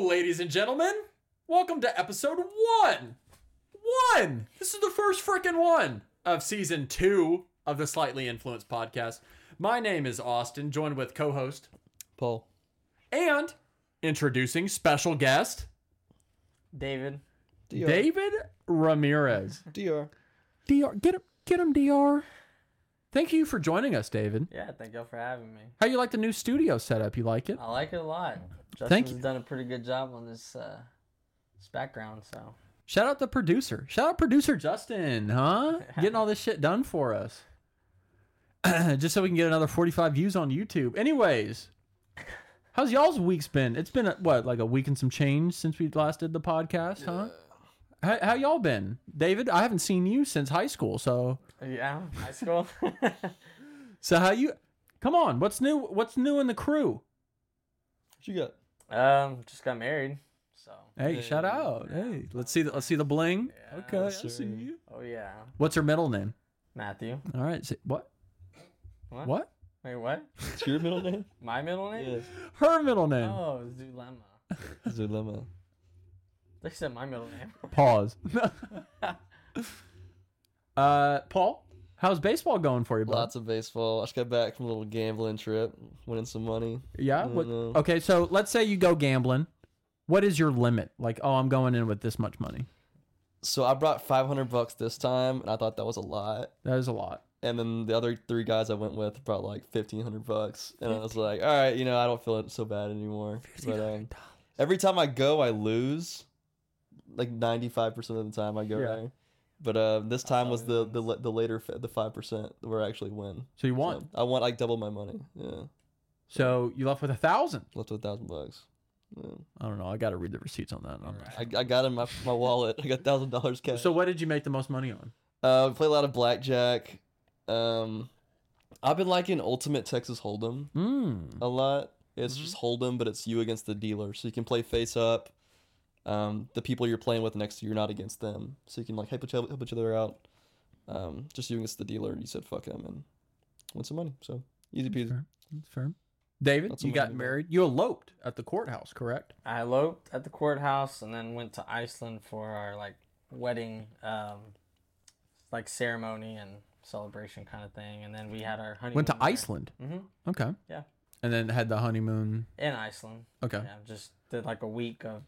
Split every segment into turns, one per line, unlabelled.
ladies and gentlemen. Welcome to episode one. One. This is the first freaking one of season two of the Slightly Influenced podcast. My name is Austin, joined with co host
Paul.
and introducing special guest,
David.
DR.
David Ramirez.
DR.
DR, get him, get him, DR. Thank you for joining us, David.
Yeah, thank y'all for having me.
How you like the new studio setup? You like it?
I like it a lot. Justin's
Thank you.
done a pretty good job on this uh, this background, so
Shout out the producer. Shout out producer Justin, huh? Getting all this shit done for us. Just so we can get another 45 views on YouTube. Anyways, how's y'all's weeks been? It's been, what, like a week and some change since we last did the podcast, huh? How, how y'all been? David, I haven't seen you since high school, so
yeah, high school.
so how you Come on, what's new? What's new in the crew?
What you got?
um, just got married, so
Hey,
Hey.
shout out. Hey, let's see the let's see the bling.
Yeah,
okay, I
sir.
see you.
oh yeah,
What's her middle name?
Matthew.
All right, say, what?
What?
What?
Wait, what?
It's your middle name?
My middle name?
yes.
Her middle name.
Oh, it's Zulema.
Zulema.
They said my middle name.
Pause. uh, Paul, how's baseball going for you, bud?
Lots of baseball. I just got back from a little gambling trip, winning some money.
yeah.
don't
What,
know.
okay, so let's say you go gambling. What is your limit? Like, oh, I'm going in with this much money.
So I brought 500 bucks this time, and I thought that was a lot.
That is a lot.
And then the other three guys I went with brought like 1500 bucks, and I was like, all right, you know, I don't feel it so bad anymore. But um, every time I go, I lose. Like 95% of the time I go
Yeah.
there. But uh, this time was the,
always
the la- the later f- the 5% where I actually win.
So you won.
So I want like double my money. Yeah,
So you left with a thousand.
left with a thousand bucks. Yeah.
I don't know. I got to read the receipts on that. and I'm not
I, I got in my, my wallet. I got thousand dollars
sure.
cash.
So
So
what did you make the most money on?
uh, we play a lot of blackjack. Um, I've been liking Ultimate Texas Hold'em
Mm.
a lot. It's just Hold'em, but it's you against the dealer, so you can play face up. Um, the people you're playing with next to you, you're not against them, so you can like help each other, help each other out. Um, just you against the dealer. You said fuck them and win some money. So easy peasy.
Fair. That's fair. David,
That's
you
what I
got
did.
married. You eloped at the courthouse, correct?
I eloped at the courthouse and then went to Iceland for our like wedding, um, like ceremony and celebration kind of thing, and then we had our honeymoon.
Went to Iceland.
hmm
Okay.
Yeah.
And then had the honeymoon.
in Iceland.
Okay.
Yeah, just did like a week of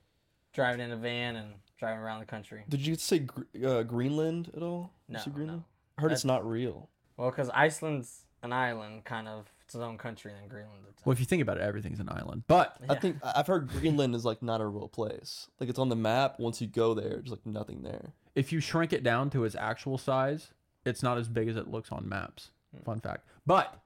driving in a van and driving around the country.
Did you say Gr- uh, Greenland at all? You
No,
said Greenland?
no.
I heard it's not real.
Well, because Iceland's an island, kind of its own country than Greenland. It's
Well, if you think about it, everything's an island. But
I think I- I've heard Greenland is like not a real place. Like it's on the map. Once you go there, there's like nothing there.
if you shrink it down to its actual size, it's not as big as it looks on maps.
Hmm.
Fun fact. But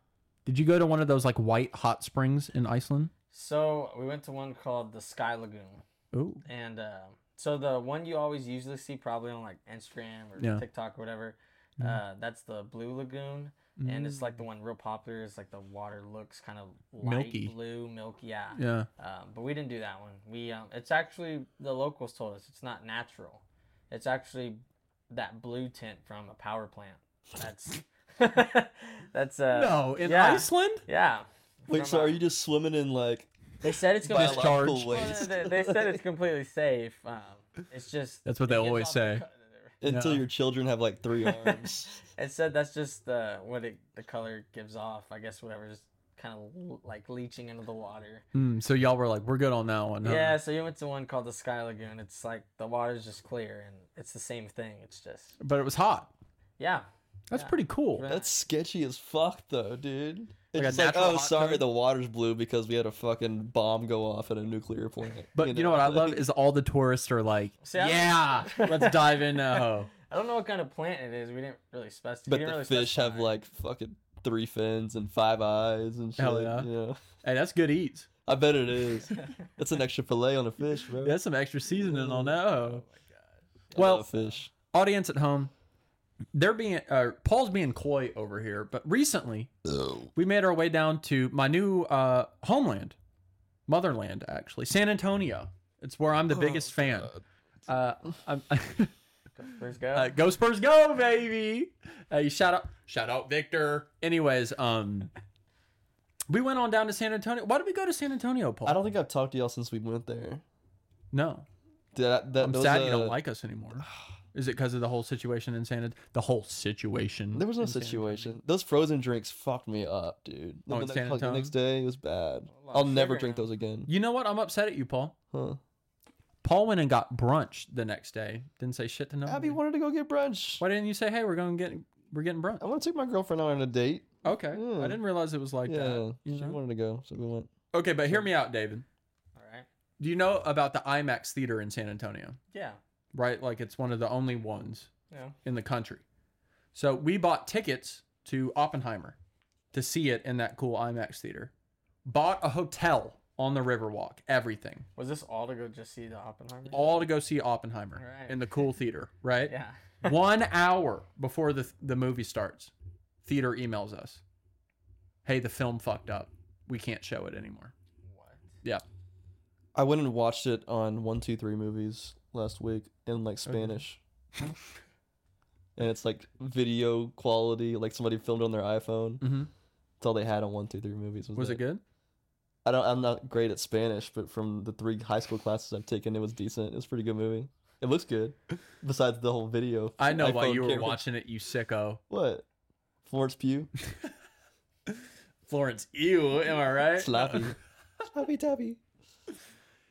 did you go to one of those like white hot springs in Iceland?
So we went to one called the Sky Lagoon,
Ooh.
and uh, so the one you always usually see probably on like Instagram or
Yeah. Mm-hmm.
TikTok or whatever. Uh, that's the Blue Lagoon, and
Mm.
it's like the one real popular. It's like the water looks kind of light
Milky.
blue, milky. Yeah.
Yeah.
Um, but we didn't do that one. We um, it's actually the locals told us it's not natural. It's actually that blue tint from a power plant. That's that's uh
No, in
yeah.
Iceland?
yeah.
Wait,
From,
so
uh,
are you just swimming in like
They said it's gonna
Biological
biological
Well,
waste
they, they said it's completely safe. Um, it's just
That's what they
it gives
always
off
say.
the co-
until
Yeah.
your children have like three arms?
It said that's just the what it, the color gives off. I guess whatever's kind of like leaching into the water.
Mm, so y'all were like, we're good on that one. huh?
Yeah, so you went to one called the Sky Lagoon. It's like the water's just clear, and it's the same thing. It's just
But it was hot.
yeah,
That's
Yeah.
pretty cool.
Right.
That's sketchy as fuck, though, dude. It's
Like a
just like,
natural
oh,
hot
sorry,
tub?
the water's blue because we had a fucking bomb go off at a nuclear plant.
But you know what I love is all the tourists are like,
See, I-
yeah, let's dive in now.
I don't know what kind of plant it is. We didn't really specify.
But the fish have like fucking three fins and five eyes and shit.
Hell yeah.
You know?
Hey, that's good eats.
I bet it is. That's an extra fillet on a fish, bro.
That's some extra seasoning on that. Oh.
I
Well,
love fish.
audience at home, they're being uh, Paul's being coy over here, but recently we made our way down to my new uh, homeland, motherland actually, San Antonio. It's where
Oh,
I'm the biggest fan. Uh, I'm,
First go.
uh, go Spurs, go baby! Uh, you shout out, shout out, Victor. Anyways, um, we went on down to San Antonio. Why did we go to San Antonio, Paul?
I don't think I've talked to y'all since we went there.
No,
That, that
I'm
those,
sad
uh,
you don't like us anymore. Is it because of the whole situation in San? Ant- The whole situation.
There was no
in San Antonio?
situation. Those frozen drinks fucked me up, dude.
Oh, in
the,
San
next, like, the
Antonio?
next day it was bad.
A lot
I'll
of
never
sugar
drink
now.
those again.
You know what? I'm upset at you, Paul.
Huh.
Paul went and got brunch the next day. Didn't say shit to nobody.
Abby wanted to go get brunch.
Why didn't you say, "Hey, we're going to get we're getting brunch"?
I want to take my girlfriend out on a date.
Okay,
Oh, Yeah.
I didn't realize it was like
yeah,
that. you
she
know?
wanted to go, so we went.
Okay, but hear me out, David.
All right.
Do you know about the IMAX theater in San Antonio?
Yeah.
Right, like it's one of the only ones
Yeah.
in the country. So we bought tickets to Oppenheimer to see it in that cool IMAX theater. Bought a hotel on the Riverwalk, everything,
Was this all to go just see the Oppenheimer?
all to go see Oppenheimer
Right.
in the cool theater, right?
Yeah.
One hour before the the movie starts, theater emails us, "Hey, the film fucked up. We can't show it anymore."
What?
Yeah.
I went and watched it on one two three movies last week in like Spanish, and it's like video quality, like somebody filmed on their iPhone.
Mm-hmm.
That's all they had on one two three movies. Was,
Was
that.
it good?
I don't. I'm not great at Spanish, but from the three high school classes I've taken, it was decent. It was a pretty good movie. It looks good. Besides the whole video,
I know why
iPhone
you were
camera.
watching it, you sicko.
What? Florence Pugh,
Florence, ew, am I right?
sloppy, sloppy tappy.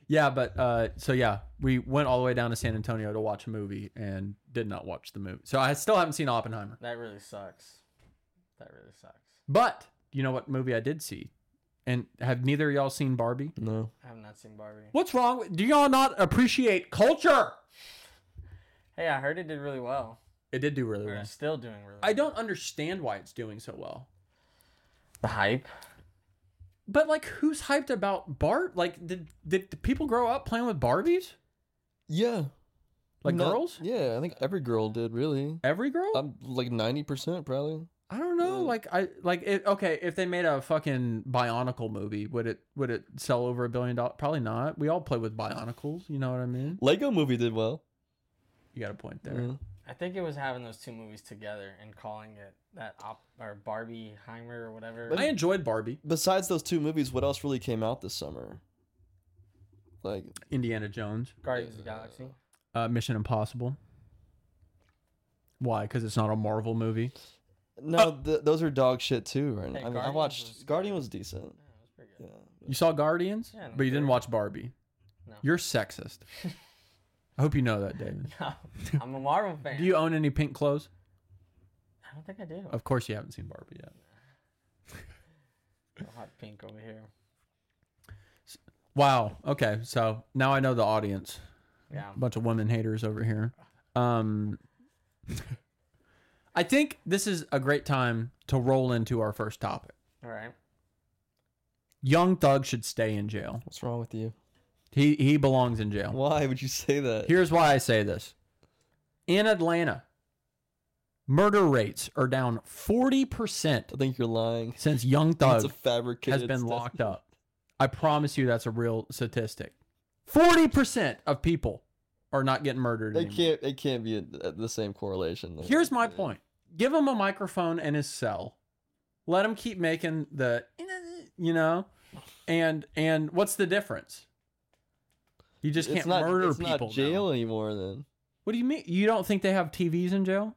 Yeah, but uh, so yeah, we went all the way down to San Antonio to watch a movie and did not watch the movie. So I still haven't seen Oppenheimer.
That really sucks. That really sucks.
But you know what movie I did see? And have neither of y'all seen Barbie?
No,
I have not seen Barbie.
What's wrong? with- Do y'all not appreciate culture?
Hey, I heard it did really well.
It did do really
Or
well.
it's still doing really.
I
well.
don't understand why it's doing so well.
The hype.
But like, who's hyped about Bart? Like, did did the people grow up playing with Barbies?
yeah,
Like
Not-
girls?
Yeah, I think every girl did really.
Every girl?
I'm like ninety percent probably.
I don't know.
Yeah.
Like I like it. Okay, if they made a fucking Bionicle movie, would it would it sell over a billion dollars? Probably not. We all play with Bionicles. You know what I mean?
Lego Movie did well. Mm.
You got a point there.
Yeah.
I think it was having those two movies together and calling it that op or Barbieheimer or whatever.
I enjoyed Barbie,
Besides those two movies, what else really came out this summer? Like
Indiana Jones,
Guardians of the Galaxy.
uh, Mission Impossible. Why? Because it's not a Marvel movie. Uh,
no, th- those are dog shit too. Right now.
Hey,
I mean, I
Guardians
watched
was-
Guardian was decent.
Yeah, it was pretty
Yeah.
good.
You saw Guardians,
Yeah,
but you didn't
sure.
watch Barbie.
No.
You're sexist. I hope you know that, David.
I'm a Marvel fan.
Do you own any pink clothes?
I don't think I do.
Of course, you haven't seen Barbie yet.
A hot pink over here.
Wow. Okay. So now I know the audience.
Yeah.
bunch of women haters over here. Um, I think this is a great time to roll into our first topic.
All right.
Young Thug should stay in jail.
What's wrong with you?
He he belongs in jail.
Why would you say that?
Here's why I say this. In Atlanta, murder rates are down 40%
I think you're lying.
since Young
It's a
Thug
fabricated.
has been
stat-
locked up. I promise you that's a real statistic. 40% of people are not getting murdered
It
anymore.
can't. It can't be a, the same correlation.
Here's my point. Give him a microphone and his cell. Let him keep making the you know and and what's the difference? You just can't
it's not,
murder
it's
people.
Not
now.
jail anymore. Then
What do you mean? You don't think they have TVs in jail?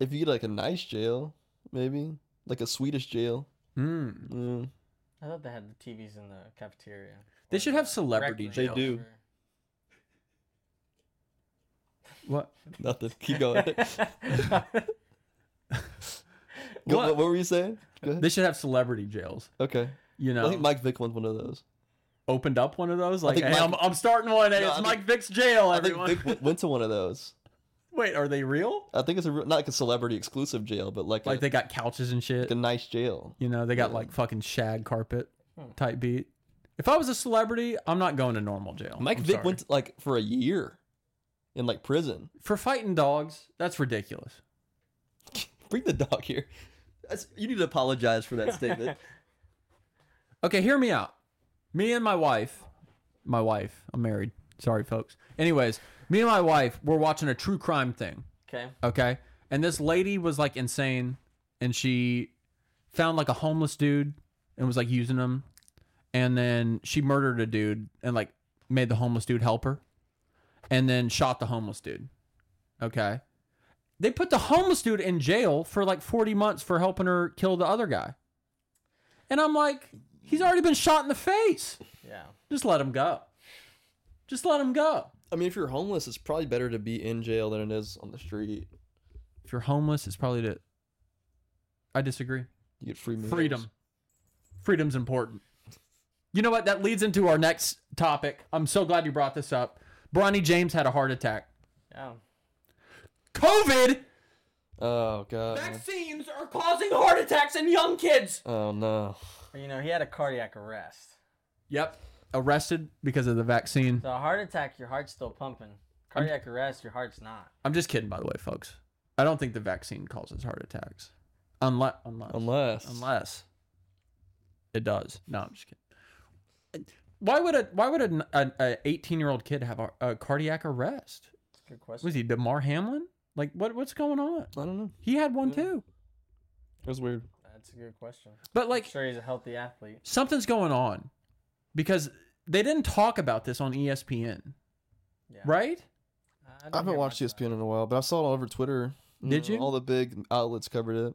if you get like a nice jail, maybe like a Swedish jail.
Hmm.
Mm.
I thought they had the TVs in the cafeteria.
They
Or
should have
the rec
celebrity
room.
They jail. do.
Or-
What?
Nothing. Keep going. Go-
What?
what? what were you saying? Go ahead.
They should have celebrity jails.
Okay.
You know,
I think Mike Vick won one of those.
opened up one of those. Like,
think
hey,
Mike-
I'm, I'm starting one. Hey,
No,
it's
I think-
Mike Vick's jail.
I think
Everyone.
Vick w- went to one of those.
Wait, are they real?
I think it's a re- not like a celebrity exclusive jail, but like,
Like
a,
they got couches and shit.
like a nice jail.
You know, they got
Yeah.
like fucking shag carpet
Hmm.
type beat. If I was a celebrity, I'm not going to normal jail.
Mike
I'm
Vick
sorry.
went like for a year in like prison.
for fighting dogs. That's ridiculous.
Bring the dog here. That's, you need to apologize for that statement.
Okay, hear me out. Me and my wife, my wife, I'm married. Sorry, folks. Anyways, me and my wife were watching a true crime thing.
okay.
Okay, and this lady was like insane, and she found like a homeless dude and was like using him, and then she murdered a dude and like made the homeless dude help her, and then shot the homeless dude. Okay. They put the homeless dude in jail for like 40 months for helping her kill the other guy. And I'm like, he's already been shot in the face.
Yeah.
Just let him go. Just let him go.
I mean, if you're homeless, it's probably better to be in jail than it is on the street.
If you're homeless, it's probably to. I disagree.
You get free meals.
Freedom. Freedom's important. You know what? That leads into our next topic. I'm so glad you brought this up. Bronny James had a heart attack.
Yeah.
COVID
Oh
Uh-huh.
god.
vaccines are causing heart attacks in young kids.
Oh no.
You know, he had a cardiac arrest.
Yep. Arrested because of the vaccine.
So a heart attack, your heart's still pumping. Cardiac arrest, your heart's not.
I'm just kidding, by the way, folks. I don't think the vaccine causes heart attacks. Unless, unless,
Unless.
unless it does. No, I'm just kidding. Why would a why would an- a a 18 year old kid have a, a cardiac arrest?
That's a good question.
Was he Demar Hamlin? Like what what's going on?
I don't know.
He had
Mm.
one too.
It was weird.
That's a good question.
But
Like,
like
sure, he's a healthy athlete.
something's going on because they didn't talk about this on E ESPN,
Yeah.
right?
I-
I
didn't
haven't
hear
watched E
much about
ESPN in a while, but I saw it all over Twitter. Mm,
Did you?
All the big outlets covered it.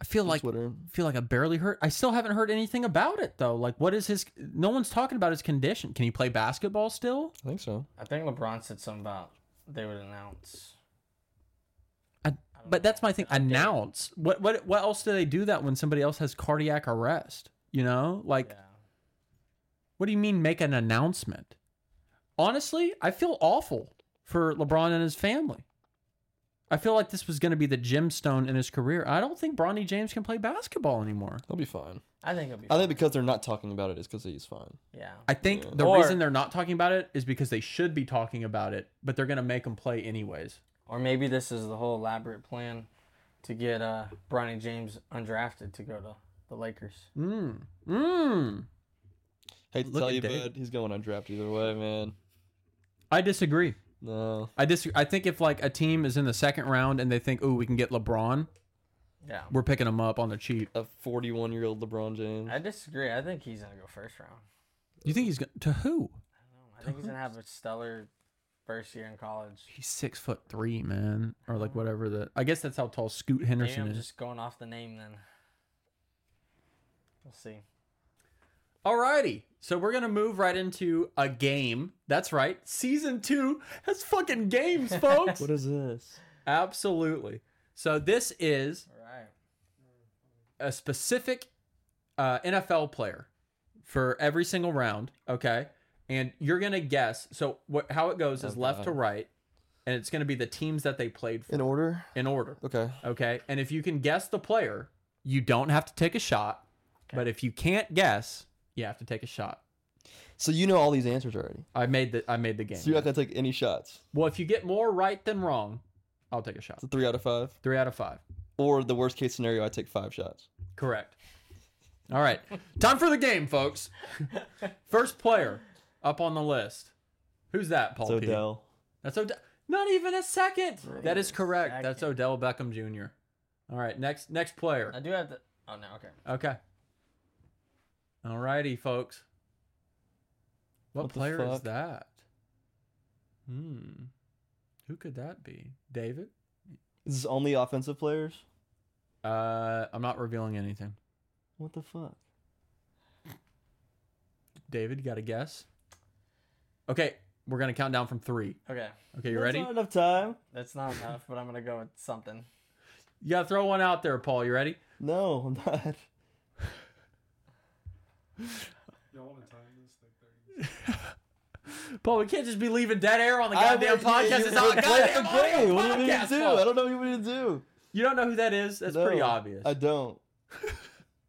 I feel
on
like
Twitter.
feel like I barely heard. I still haven't heard anything about it though. Like what is his? No one's talking about his condition. Can he play basketball still?
I think so.
it. I think LeBron said something about they would announce.
I-
don't
but
know.
that's my thing.
Update.
Announce what what what else do they do that when somebody else has cardiac arrest? You know, like
Yeah.
what do you mean make an announcement? Honestly, I feel awful for LeBron and his family. I feel like this was going to be the gemstone in his career. I don't think Bronny James can play basketball anymore.
He'll be fine.
I think it'll be.
I think
fine.
because they're not talking about it is because he's fine.
Yeah.
I think
Yeah.
the
Or-
reason they're not talking about it is because they should be talking about it, but they're going to make him play anyways.
Or maybe this is the whole elaborate plan to get uh Bronny James undrafted to go to the Lakers.
Mm. Mm.
Hate to
Look
tell
at
you,
Dave.
bud, he's going on draft either way, man.
I disagree.
No.
I dis- I think if like a team is in the second round and they think, "Oh, we can get LeBron,"
Yeah.
we're picking him up on the cheap.
A 41 year old LeBron James.
I disagree. I think he's gonna go first round.
You think he's going to who?
I, don't know. I think he's gonna have a stellar first year in college.
He's six foot three, man, or
Oh.
like whatever that. I guess that's how tall Scoot
Maybe
Henderson
I'm
is.
just going off the name then. We'll see.
Alrighty, so we're gonna move right into a game. That's right, season two has fucking games, folks.
What is this?
Absolutely. So this is
All right.
a specific uh, NFL player for every single round. Okay, and you're gonna guess. So what? How it goes is
Oh,
left
God.
to right, and it's gonna be the teams that they played for
In order?
in order.
Okay.
Okay, and if you can guess the player, you don't have to take a shot. But if you can't guess, you have to take a shot.
So you know all these answers already.
I made the I made the game.
So you're not going to take any shots.
well, if you get more right than wrong, I'll take a shot.
It's a three out of five.
Three out of five.
Or the worst case scenario, I take five shots.
Correct. All right. Time for the game, folks. First player up on the list. Who's that, Paul?
So
P?
Dell.
That's Odell. Not even a second. that is
even a
correct. That's
second.
Odell Beckham Jr. All right. Next next
I
player.
do have to. Oh no. Okay.
Okay. All righty, folks. What,
What the
player is
fuck?
that? Hmm. Who could that be? David?
This is only offensive players?
Uh, I'm not revealing anything.
What the fuck?
David, you got a guess? Okay, we're gonna count down from three.
Okay.
Okay, you ready?
Not enough time.
That's not enough, but I'm gonna go with something.
You gotta throw one out there, Paul. You ready?
No, I'm not.
Y'all want to time this? Like 30
Paul, we can't just be leaving dead air on the
I
goddamn
mean,
podcast.
you-
It's not a
you-
goddamn
okay,
audio
What do you mean to
podcast,
do?
Paul.
I don't know what you mean to do.
You don't know who that is? That's pretty
No,
obvious.
I don't.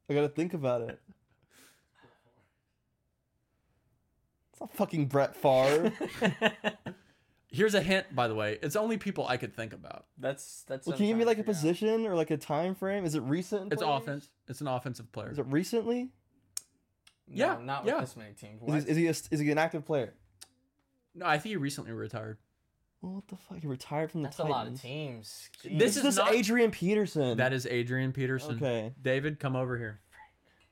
I gotta think about it. It's not fucking Brett Favre.
Here's a hint, by the way. It's only people I could think about.
that's that's.
well, can you give me
sometimes
like a
figure out.
position or like a time frame? Is it recent?
It's
players?
offense. It's an offensive player.
Is it recently?
No,
Yeah,
Not with
yeah.
this many teams. What?
Is he, is he a, is he an active player?
No, I think he recently retired.
Well, what the fuck? He retired from the
that's a
Titans.
lot of teams.
This
Jeez.
This
is
is this
not-
Adrian Peterson.
That is Adrian Peterson.
okay.
David, come over here.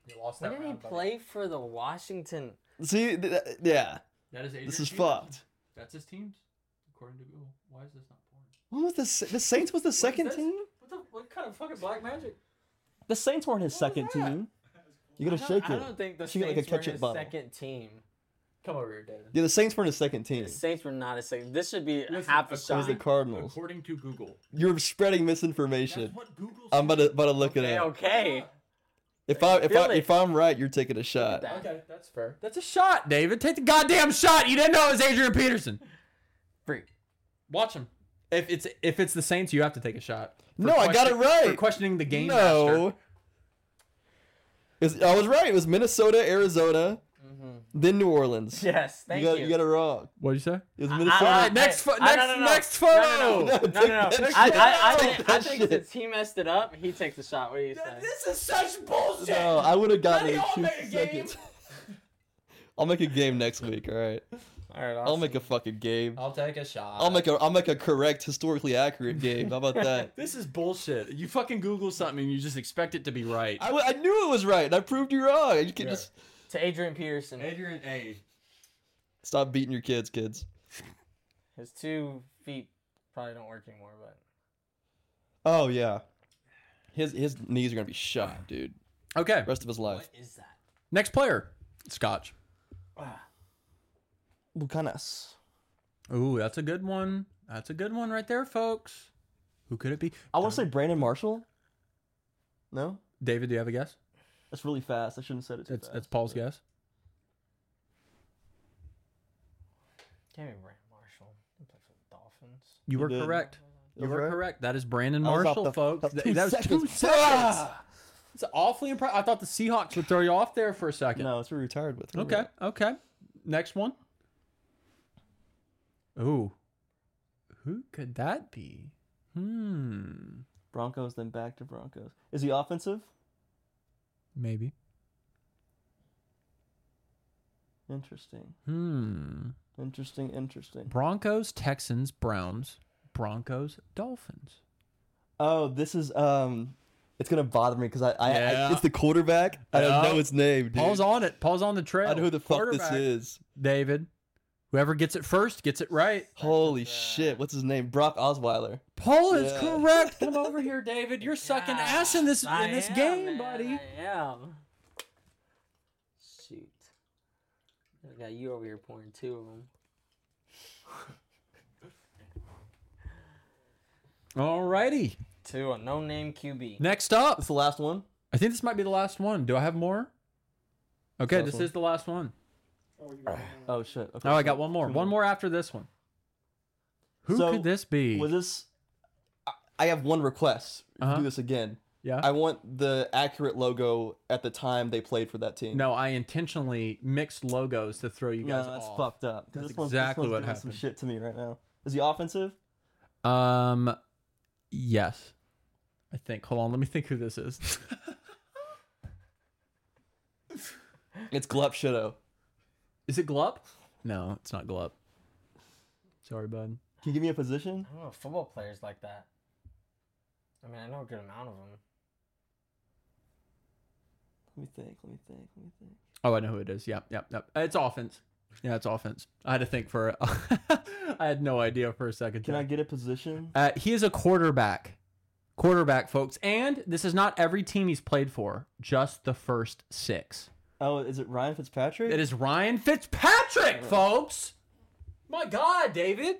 You lost
When did he play for the Washington?
See, th- th- yeah.
That is
This is fucked.
That's his teams, according to Google. Why is this not porn?
What was the Sa- the Saints was the second
this?
team?
What the? What kind of fucking black magic?
The Saints weren't his second
that?
team. You gotta
I
shake
don't, I
it.
don't think the
Shake it like a
Saints were
ketchup
his
bottle.
second team.
Come over here, David.
Yeah, the Saints weren't his second team.
The Saints were not his second. This should be
Listen,
half
of
a
It was
shot.
the Cardinals.
According to Google,
You're spreading misinformation.
that's what Google.
I'm about
said.
to about to look it
Okay,
up.
okay.
If I if I
Really?
if I'm right, you're taking a shot.
That-
Okay, that's fair. That's a shot, David. Take the goddamn shot. You didn't know it was Adrian Peterson.
Freak.
Watch him. If it's if it's the Saints, you have to take a shot. For
No, I got it
question-
right.
For questioning the game.
No.
master.
It's- I was right. It was Minnesota, Arizona,
Mm-hmm.
then New Orleans.
Yes, thank
you got, you. got it wrong.
What'd you say?
It was
All
Minnesota.
right, next pho-
I-
next- next photo.
No, no, no.
No,
no,
take
no, no. I,
that shit.
I, I,
Take
think, I
that
think
shit.
since he messed it up, he takes the shot. What do you say?
This is such bullshit.
No, I would have gotten it
Daddy,
in
I'll
two
make a game.
seconds. I'll make a game next week. All right.
All right,
I'll make a fucking game.
I'll take a shot.
I'll make a I'll make a correct, historically accurate game. How about that?
This is bullshit. You fucking Google something and you just expect it to be right.
I, w- I knew it was right. and I proved you wrong. You can
Yeah.
just
to Adrian Peterson.
Adrian A.
stop beating your kids, kids.
His two feet probably don't work anymore, but
Oh yeah. His his knees are gonna be shot, dude.
Okay.
Rest of his life.
what is that?
Next player. Scotch.
Ah,
Lucanas.
Ooh, that's a good one. That's a good one right there, folks. Who could it be?
I want to say Brandon Marshall. No,
David, do you have a guess?
that's really fast. I shouldn't have said it too
That's
fast.
that's Paul's guess.
can't be Brandon Marshall. He played for the Dolphins.
You were
did.
correct. You
was
were
right.
correct. That is Brandon
I was off
Marshall,
the-
folks.
off
Th-
two
that was two
seconds.
seconds.
Ah!
It's awfully impressive. I thought the Seahawks would throw you off there for a second.
No, it's what we retired with. We were
okay.
right.
Okay. Next one. Ooh. Who could that be? Hmm.
Broncos, then back to Broncos. Is he offensive?
Maybe.
Interesting.
Hmm.
Interesting. Interesting.
Broncos, Texans, Browns, Broncos, Dolphins.
Oh, this is um. It's gonna bother me because I, I,
Yeah.
I it's the quarterback. I don't
Yeah.
know his name, dude.
Paul's on it. Paul's on the trail.
I know who the fuck this
Quarterback,
is.
David. Whover gets it first gets it right.
Holy shit! What's his name? Brock Osweiler.
Paul is
Yeah.
correct. Come over here, David. You're sucking
God,
ass in this
I
in this
am,
game,
man,
buddy.
I am. Shoot. I got you over here pouring two of them.
Alrighty.
Two, a no name QB.
Next up.
That's the last one.
I think this might be the last one. Do I have more? Okay,
Last
this
one.
is the last one.
Oh, you got
Oh shit. Okay,
Oh, I
so
got one more.
two
One more after this one. Who
So,
could this be?
Was this? I, I have one request.
Uh-huh.
Do this again.
yeah.
I want the accurate logo at the time they played for that team.
no, I intentionally mixed logos to throw you
no,
guys
that's
off.
fucked up. 'Cause
That's
this one's- this
exactly
one's
what
doing Some
happened.
shit to me right now. Is he offensive?
Um, yes, I think. Hold on, let me think who this is.
It's Glup Shitto.
is it Glup? No, it's not Glup. Sorry, bud.
Can you give me a position?
I don't know football players like that. I mean, I know a good amount of them.
Let me think. Let me think. Let me think.
Oh, I know who it is. Yep, yep, yep. It's offense. Yeah, it's offense. I had to think for. A, I had no idea for a second.
Can
there.
I get a position?
Uh, he is a quarterback. Quarterback, folks. And this is not every team he's played for, just the first six.
Oh, is it Ryan Fitzpatrick?
It is Ryan Fitzpatrick, folks. My God, David.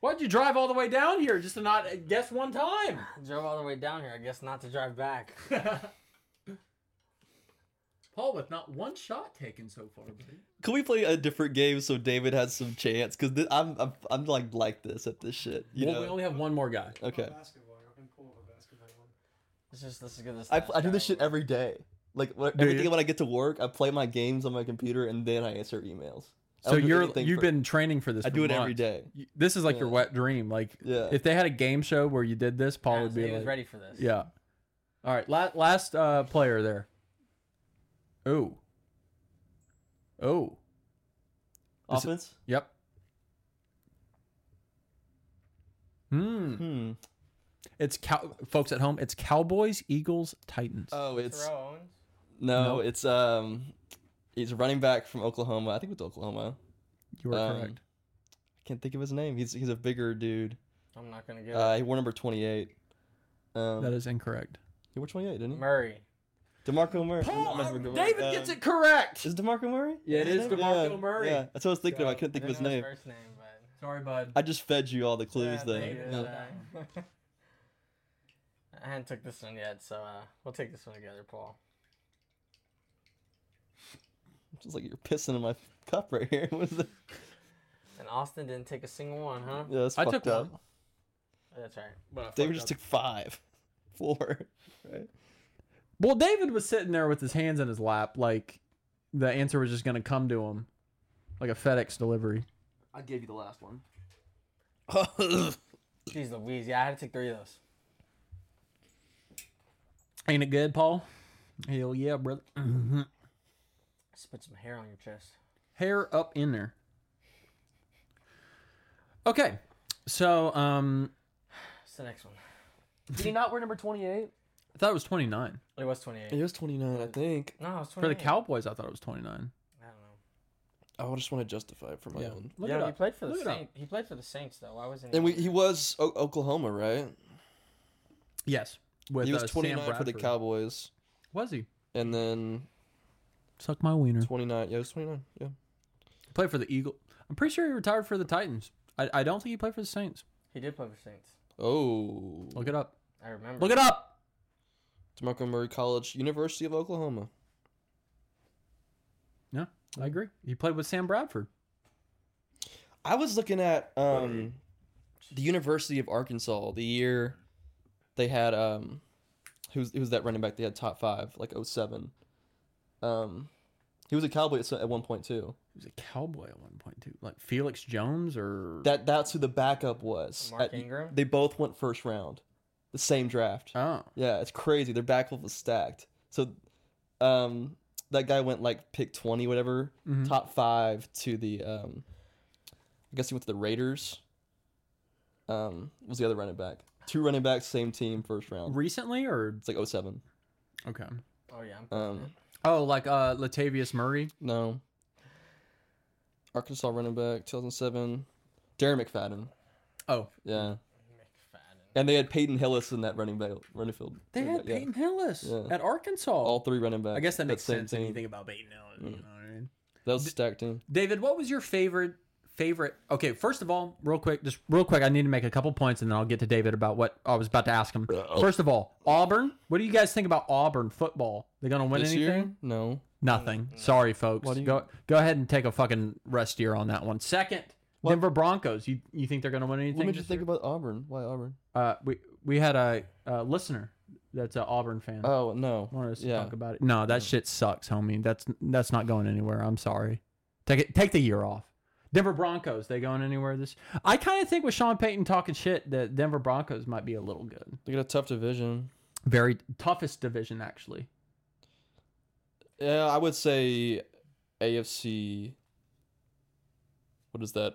Why'd you drive all the way down here just to not guess one time?
I drove all the way down here, I guess not to drive back.
Paul, with not one shot taken so far, buddy.
Can we play a different game so David has some chance? Because I'm, I'm I'm like like this at this shit. You
Well,
know.
we only have one more guy.
okay.
Basketball. I can pull up a basketball one.
Let's just let's get this.
I,
last
pl- I do
guy
this shit
over.
every day. Like what,
Do
every
you?
day when I get to work, I play my games on my computer and then I answer emails. I
So
don't do
you're
anything
you've
for-
been training for this.
I
for
do it every
months.
day.
You- This is like your
Yeah.
wet dream. Like
Yeah.
if they had a game show where you did this, Paul
Yeah,
would
so
be
he
like,
was ready for this.
Yeah. All right. La- last uh, player there. Ooh. Oh. This-
Offense?
Yep. Hmm.
Hmm.
It's cow- folks at home. It's Cowboys, Eagles, Titans.
Oh, it's
Terrell Owens.
no,
No.
it's um, He's a running back from Oklahoma. I think it's Oklahoma.
You were
Um,
correct.
I can't think of his name. He's he's a bigger dude.
I'm not gonna get
Uh, he wore number twenty eight. Um,
That is incorrect.
he wore twenty eight, didn't
it.
he?
Murray.
Demarco Murray.
David gets it correct.
Is Demarco Murray?
Yeah, it
His
is
name?
DeMarco
Yeah,
Murray.
Yeah, that's what I was thinking. of. I
Yeah.
couldn't think of
Didn't
his
know
name.
First name, but
Sorry, bud.
I just fed you all the clues
Yeah,
though.
thank you,
Yeah.
sorry. I haven't took this one yet, so uh, we'll take this one together, Paul.
Just like you're pissing in my cup right here. What is that?
And Austin didn't take a single one, huh? Oh,
Yeah, that's
I
fucked
took
up.
one.
That's right.
David just took five, four. Right?
Well, David was sitting there with his hands in his lap, like the answer was just going to come to him, like a FedEx delivery.
I gave you the last one. I
Jeez Louise, yeah, I had to take three of those.
Ain't it good, Paul? Hell yeah, brother. Mhm.
Spit some hair on your chest.
Hair up in there. Okay, so um,
What's the next one?
did he not wear number twenty-eight? I thought it was twenty-nine
It was 28.
It was 29, I think.
No, it was 28.
for the Cowboys. I thought it was twenty-nine.
I don't know.
Oh, I just want to justify it for my
Yeah.
own.
Look
yeah,
it
he
up.
played for the
Look it up.
Saints. He played for the Saints though. Why wasn't he?
And we, he was o- Oklahoma, right?
Yes, with
he
uh,
was
Sam
29 for the
Bradford.
Cowboys.
Was he?
And then
Suck my wiener.
29. Yeah, it was 29. Yeah.
Played for the Eagle. I'm pretty sure he retired for the Titans. I, I don't think he played for the Saints.
He did play for Saints.
Oh.
Look it up.
I remember.
Look it up.
DeMarco Murray College, University of Oklahoma.
I agree. He played with Sam Bradford.
I was looking at um, the University of Arkansas the year they had um, who's who's that running back? They had top five like 07. Um, he was a Cowboy at, so- at one point too.
He was a cowboy at one point too, like Felix Jones or
That that's who the backup was.
Mark
At-
Ingram?
They both went first round, the same draft.
oh
Yeah, it's crazy. Their backfield was stacked. So, um, that guy went like pick twenty, whatever,
Mhm.
top five to the um, I guess he went to the Raiders. Um, was the other running back? Two running backs, same team, first round.
recently or
It's like 07.
okay.
Oh yeah. I'm
Um,
Oh, like uh Latavius Murray.
no. Arkansas running back, 2007. Darren McFadden.
Oh,
Yeah.
McFadden.
And they had Peyton Hillis in that running back running field.
they
running
had
back, yeah.
Peyton Hillis
Yeah.
at Arkansas.
All three running backs.
I guess that makes
same
sense. When you
team. Mm.
think about Peyton Hillis, you know what I mean?
That was a stacked team.
David, what was your favorite favorite? Okay, first of all, real quick, just real quick, I need to make a couple points, and then I'll get to David about what I was about to ask him. First of all, Auburn. What do you guys think about Auburn football? They gonna win
This
anything?
year? No.
Nothing. Sorry, folks.
do you-
Go go ahead and take a fucking rest year on that one. Second, Denver Broncos. You you think they're going to win anything?
What made you
this
think
year?
about Auburn? Why Auburn?
uh, we we had a, a listener that's an Auburn fan.
Oh no.
Wanted us to
yeah.
Hmm. talk about it. No, that shit sucks, homie. That's that's not going anywhere. I'm sorry. Take it. Take the year off. Denver Broncos. They going anywhere this? I kind of think with Sean Payton talking shit that Denver Broncos might be a little good.
They got a tough division.
Very toughest division actually.
Yeah, I would say AFC. What is that?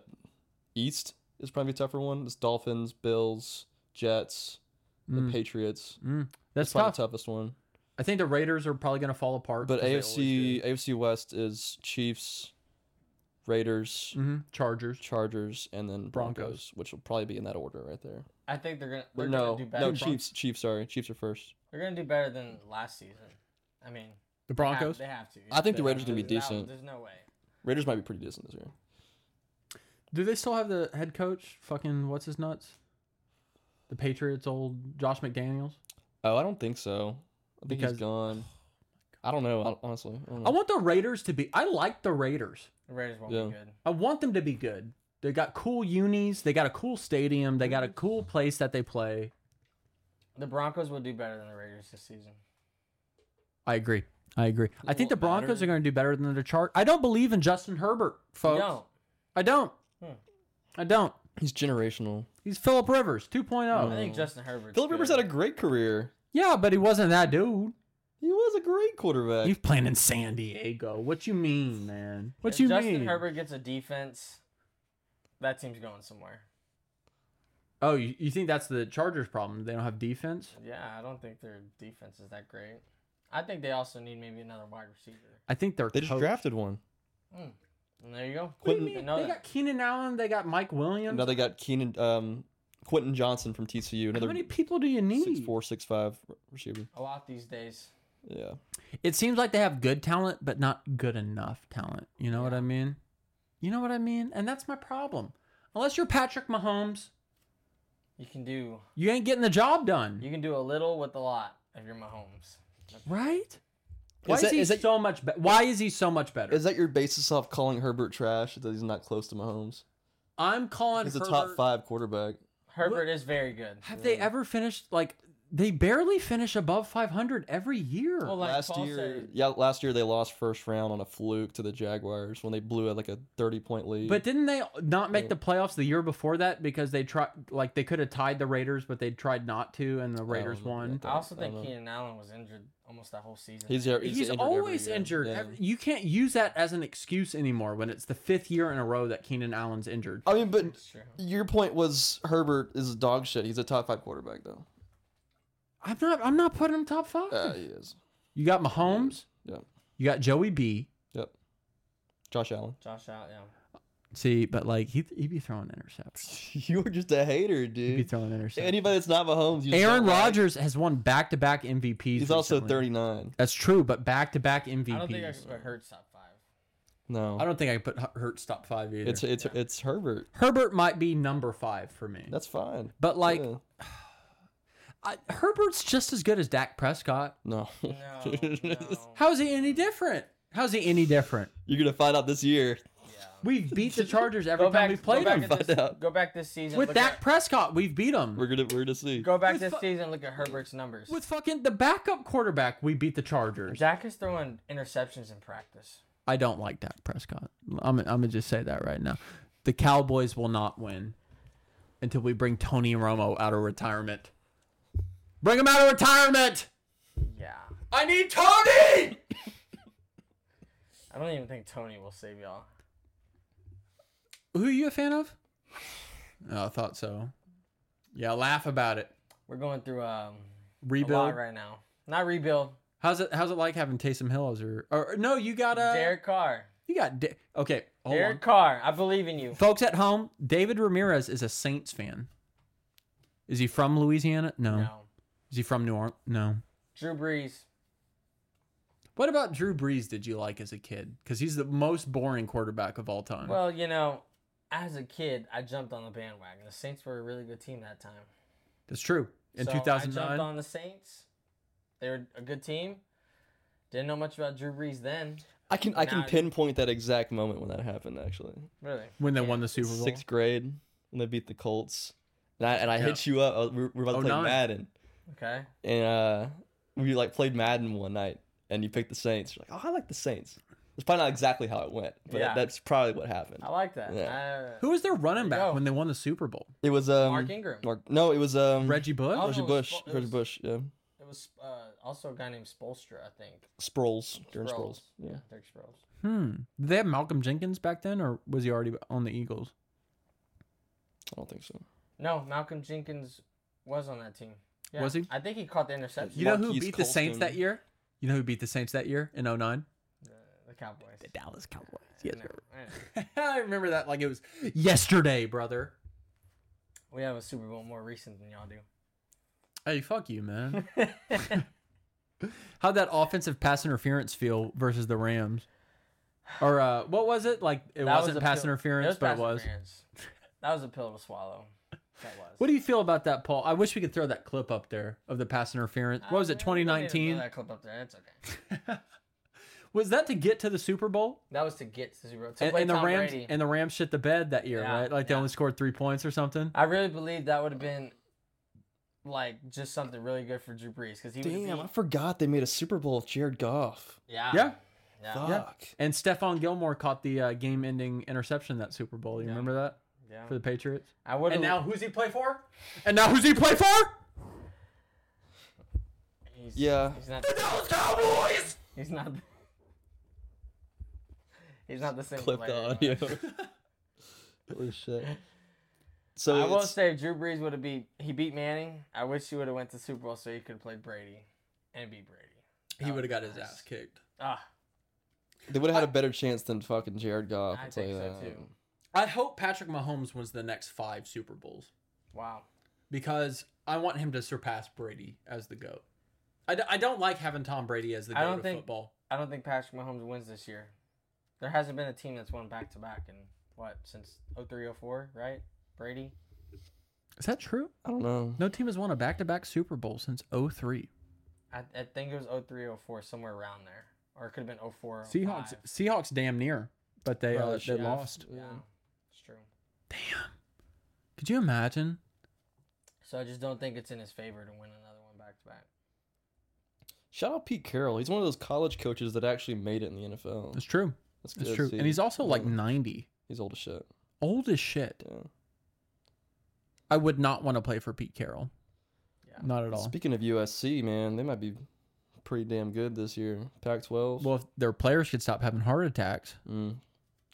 East is probably a tougher one. It's Dolphins, Bills, Jets, the
Mm.
Patriots.
Mm. That's
probably
tough.
the toughest one.
I think the Raiders are probably going to fall apart.
But
'cause they always do.
AFC AFC West is Chiefs, Raiders,
Mhm. Chargers.
Chargers, and then Broncos,
Broncos.
which will probably be in that order right there.
I think they're gonna. They're
But
gonna
no,
do better.
no Chiefs. Chiefs, sorry, Chiefs are first.
They're gonna do better than last season. I mean,
The
they have-
Broncos.
They have to.
I think the
They
Raiders
have
gonna
to.
be
There's no-
decent.
There's no way.
Raiders might be pretty decent this year.
Do they still have the head coach? Fucking what's his nuts? The Patriots old Josh McDaniels.
Oh, I don't think so. I think
Because-
he's gone. I don't know. I don't- honestly, I don't
I
know.
want the Raiders to be. I like the Raiders.
The Raiders won't
Yeah.
be good.
I want them to be good. They got cool unis. They got a cool stadium. They got a cool place that they play.
The Broncos will do better than the Raiders this season.
I agree. I agree. I think the
won't
Broncos
matter.
are going to do better than the chart. I don't believe in Justin Herbert, folks.
No,
I don't.
Hmm.
I don't.
he's generational.
He's Philip Rivers 2.0.
I think Justin Herbert.
Oh. Philip Rivers had a great career.
Yeah, but he wasn't that dude.
He was a great quarterback.
He's playing in San Diego. What you mean, man? What
If
you
Justin
mean?
Herbert gets a defense, that team's going somewhere.
Oh, you, you think that's the Chargers' problem? They don't have defense.
Yeah, I don't think their defense is that great. I think they also need maybe another wide receiver.
I think they're
They just drafted one.
And there you go.
What do you
Quentin-
mean?
Another-
They got Keenan Allen. They got Mike Williams.
Now they got Keenan, um, Quentin Johnson from TCU.
How
Another
many people do you need?
six four, six five receiver.
A lot these days.
Yeah,
It seems like they have good talent, but not good enough talent. You know what I mean? You know what I mean? And that's my problem. Unless you're Patrick Mahomes,
You can do
you ain't getting the job done,
you can do a little with a lot if you're Mahomes.
right? Why is,
that-
he
is that-
so much? Be- Why is he so much better?
is that your basis off calling Herbert trash that he's not close to Mahomes?
I'm calling.
He's a
Herbert-
top five quarterback.
Herbert is very good.
Have they ever finished like? They barely finish above 500 every year.
Well, like
last
Paul
year,
said-
yeah, last year they lost first round on a fluke to the Jaguars when they blew at like a thirty point lead.
But didn't they not make
Yeah.
the playoffs the year before that because they tried like they could have tied the Raiders, but they tried not to, and the Raiders
know.
won.
Yeah.
I also
I
think
don't know.
Keenan Allen was injured almost that whole season.
he's he's,
He's,
injured every
always
year.
injured.
Yeah.
Every- You can't use that as an excuse anymore when it's the fifth year in a row that Keenan Allen's injured.
I mean, but
It's true.
your point was Herbert is dog shit. He's a top five quarterback though.
I'm not. I'm not putting him top five.
Yeah, he is.
you got Mahomes.
Uh, Yeah.
You got Joey B.
Josh Allen.
Josh out, yeah.
See, but like he he'd be throwing intercepts.
You're just a hater,
He'd be
dude.
throwing intercepts.
Anybody that's not Mahomes, you just
Aaron
don't like.
Rodgers has won back to back MVPs.
He's also
recently.
39.
That's true, but back to back MVPs.
I don't think I could put Hurts top five.
No,
I don't think I could put Hu- Hurts top five either.
it's it's
Yeah.
it's Herbert.
Herbert might be number five for me.
That's fine.
but like
Yeah.
I, Herbert's just as good as Dak Prescott.
no,
No, no.
How is he any different? How's he any different?
you're gonna find out this year.
Yeah.
We've beat the Chargers every
Go
time
back,
we
go
played
back,
them.
and
at this,
Find out.
go back this season.
With
look
Dak
at-
Prescott, we've beat them.
We're gonna we're gonna see.
go back
with
this
fu-
season. Look at Herbert's numbers.
With fucking the backup quarterback, we beat the Chargers.
Dak is throwing interceptions in practice.
I don't like Dak Prescott. I'm, I'm going to just say that right now. The Cowboys will not win until we bring Tony Romo out of retirement. Bring him out of retirement!
Yeah.
I need Tony!
I don't even think Tony will save y'all.
Who are you a fan of? Oh, I thought so. Yeah, laugh about it.
We're going through um, a
Rebuild.
lot right now. Not rebuild.
How's it? How's it like having Taysom Hill as your? Or, no, you got uh,
Derek Carr.
you got Da- okay. Hold
Derek
on.
Carr. I believe in you.
folks at home. David Ramirez is a Saints fan. Is he from Louisiana? No.
No.
Is he from New Orleans? No.
Drew Brees.
What about Drew Brees? Did you like as a kid? Because he's the most boring quarterback of all time.
Well, you know, as a kid, I jumped on the bandwagon. The Saints were a really good team that time.
That's true. In
So, I
2009,
jumped on the Saints. They were a good team. Didn't know much about Drew Brees then.
I can I can
Nah.
pinpoint that exact moment when that happened. Actually,
Really.
when they won the Super Bowl,
sixth grade when they beat the Colts, and I, and I
Yeah.
hit you up. I was- we were, we were about to
Oh,
play
nine.
Madden,
Okay.
and uh, we like played Madden one night, and you picked the Saints. You're like, oh, I like the Saints. It's probably not exactly how it went, but
Yeah.
that's probably what happened.
I like that. Uh,
who was their running
There you
back
go.
when they won the Super Bowl?
It was um,
Mark Ingram.
Mark- no, it was um,
Reggie Bush.
Oh,
Reggie
no, it was
Bush.
Spo- it
Reggie
was-
Bush. Yeah,
It was uh, also a guy named Spolstra, I think.
Sproles. Darren Sproles.
Sproles.
Yeah.
Dirk Sproles.
Hmm. Did they have Malcolm Jenkins back then, or was he already on the Eagles?
I don't think so.
No, Malcolm Jenkins was on that team. Yeah.
Was he?
I think he caught the interception.
You know who
Marquise
beat the Saints
Colston.
that year? You know who beat the Saints that year in 09?
The, the Cowboys.
Dallas Cowboys.
I know, I know.
I remember that like it was yesterday, brother.
We have a Super Bowl more recent than y'all do.
Hey, fuck you, man. How'd that offensive pass interference feel versus the Rams? Or uh, what was it? Like it
That was
wasn't
a
pass
pill-
interference,
was
but
pass
it was.
interference. That was a pill to swallow. That was.
What do you feel about that, Paul? I wish we could throw that clip up there of the pass interference. What was it,
Uh, we don't need to throw
2019?
That clip up there. That's okay.
Was that to get to the Super Bowl?
That was to get to zero. To
and,
play
and the
Tom
Rams
Brady.
and the Rams shit the bed that year,
Yeah,
right? Like they
yeah.
only scored three points or something.
I really believe that would have been like just something really good for Drew Brees because he would
Damn, I
be,
forgot they made a Super Bowl with Jared Goff.
yeah
Yeah.
yeah
Fuck.
And Stephon Gilmore caught the uh, game-ending interception that Super Bowl. You remember that
yeah.
for the Patriots?
I would
And now
have.
who's he play for? And now who's he play for?
he's,
Yeah.
he's not.
Dallas Cowboys.
He's not. He's not the same.
Clip
player
the
anymore.
audio. Holy shit. So
I will
it's-
say Drew Brees would have beat he beat Manning. I wish he would have went to Super Bowl so he could have played Brady and beat Brady.
he would have got his
Nice.
ass kicked.
Ah,
They would have had a better chance than fucking Jared Goff.
I
I'll tell
think
you
so,
that.
too.
I hope Patrick Mahomes wins the next five Super Bowls.
wow.
because I want him to surpass Brady as the goat. I, d- I don't like having Tom Brady as the
I
goat
don't
of
think-
football.
I don't think Patrick Mahomes wins this year. There hasn't been a team that's won back to back in what since 0304, right? Brady.
Is that true?
I don't know.
No team has won a back to back Super Bowl since 03.
I, I think it was 0304, somewhere around there, or it could have been 04.
Seahawks
05.
Seahawks damn near, but they
Probably
uh, they
should have.
lost.
Yeah, it's true.
Could you imagine?
So I just don't think it's in his favor to win another one back to back.
Shout out Pete Carroll. He's one of those college coaches that actually made it in the NFL.
It's true.
That's good
It's
to
true.
see.
And he's also like
Yeah.
90,
he's old as shit.
old as shit.
Yeah.
I would not want to play for Pete Carroll.
Yeah.
Not at all.
Speaking of USC, man, they might be pretty damn good this year. Pac-12.
well, if their players could stop having heart attacks.
mm.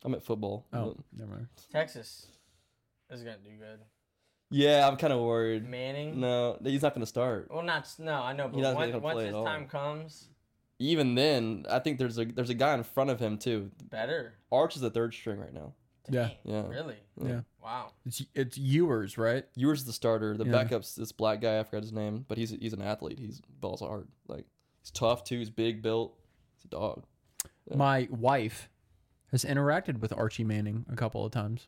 I'm at football.
Oh,
Mm-hmm.
but-
never mind.
Texas is gonna do good.
Yeah, I'm kind of worried.
Manning.
No, he's not going to start.
Well, not s- no, I know, but
He's not
once,
gonna
once
play
his
at all.
time comes,
Even then, I think there's a there's a guy in front of him too.
better.
Arch is the third string right now.
Yeah.
Dang,
Yeah.
Really?
Yeah.
Wow.
It's it's Ewers, right?
Yours the starter. The
Yeah.
backup's this black guy. I forgot his name, but he's he's an athlete. He's balls hard. Like he's tough too. He's big built. He's a dog. Yeah.
my wife has interacted with Archie Manning a couple of times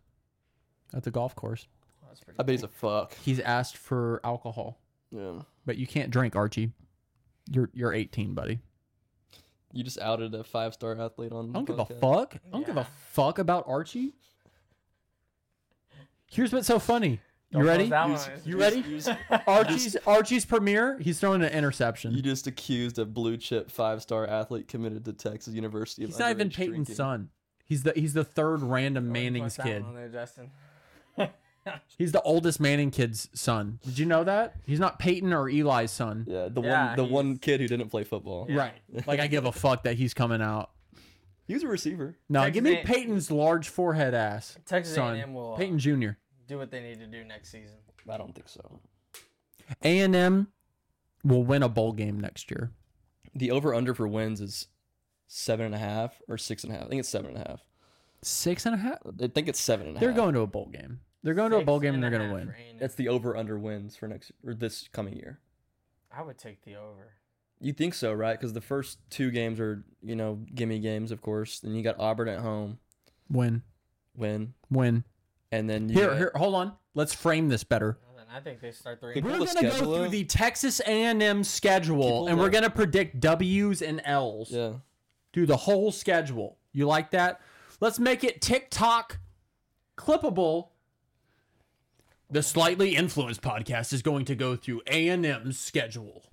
at the golf course.
That's pretty.
I bet he's a fuck.
He's asked for alcohol,
Yeah.
but you can't drink, Archie. You're you're 18, buddy.
You just outed a five star athlete on.
I
the
don't give a
podcast.
fuck. I don't give
Yeah.
a fuck about Archie. Here's what's so funny. You ready?
That
You
one.
s-
is-
You ready? Archie's Archie's premiere. He's throwing an
You
interception.
just accused a blue chip five star athlete committed to Texas University. Of
He's not even
underage
Peyton's
drinking.
son. He's the he's the
Oh,
third random
Don't put
Manning's
that
kid.
one on there, Justin.
He's the oldest Manning kid's son. Did you know that? He's not Peyton or Eli's son.
Yeah, the
Yeah,
one the one
he's-
kid who didn't play football.
Right. Like I give a fuck that he's coming out.
He was a receiver.
No,
Texas
give me
A-
Peyton's large forehead ass.
Texas
son.
A&M will uh,
Peyton Jr.
do what they need to do next season.
I don't think so.
A and M will win a bowl game next year.
The over under for wins is seven and a half or six and a half. I think it's seven and a half.
Six and a half.
I think it's seven and a half.
They're going to a bowl game. They're going to a
Six
bowl game and they're
a
going to
half
win.
for A&M.
That's the over under wins for next or this coming year.
I would take the over.
You think so, right? Because the first two games are you know gimme games, of course. Then you got Auburn at home,
Win,
win,
win.
and then you
Here,
got-
here. Hold on. Let's frame this better.
Well, then I think they start three.
Can
We're
pull
going to
the
go
schedule
through
up?
the Texas A&M
Can you
schedule
pull
and we're
the-
going to predict W's and L's
Yeah,
through the whole schedule. You like that? Let's make it TikTok clippable. The slightly influenced podcast is going to go through A and M's schedule.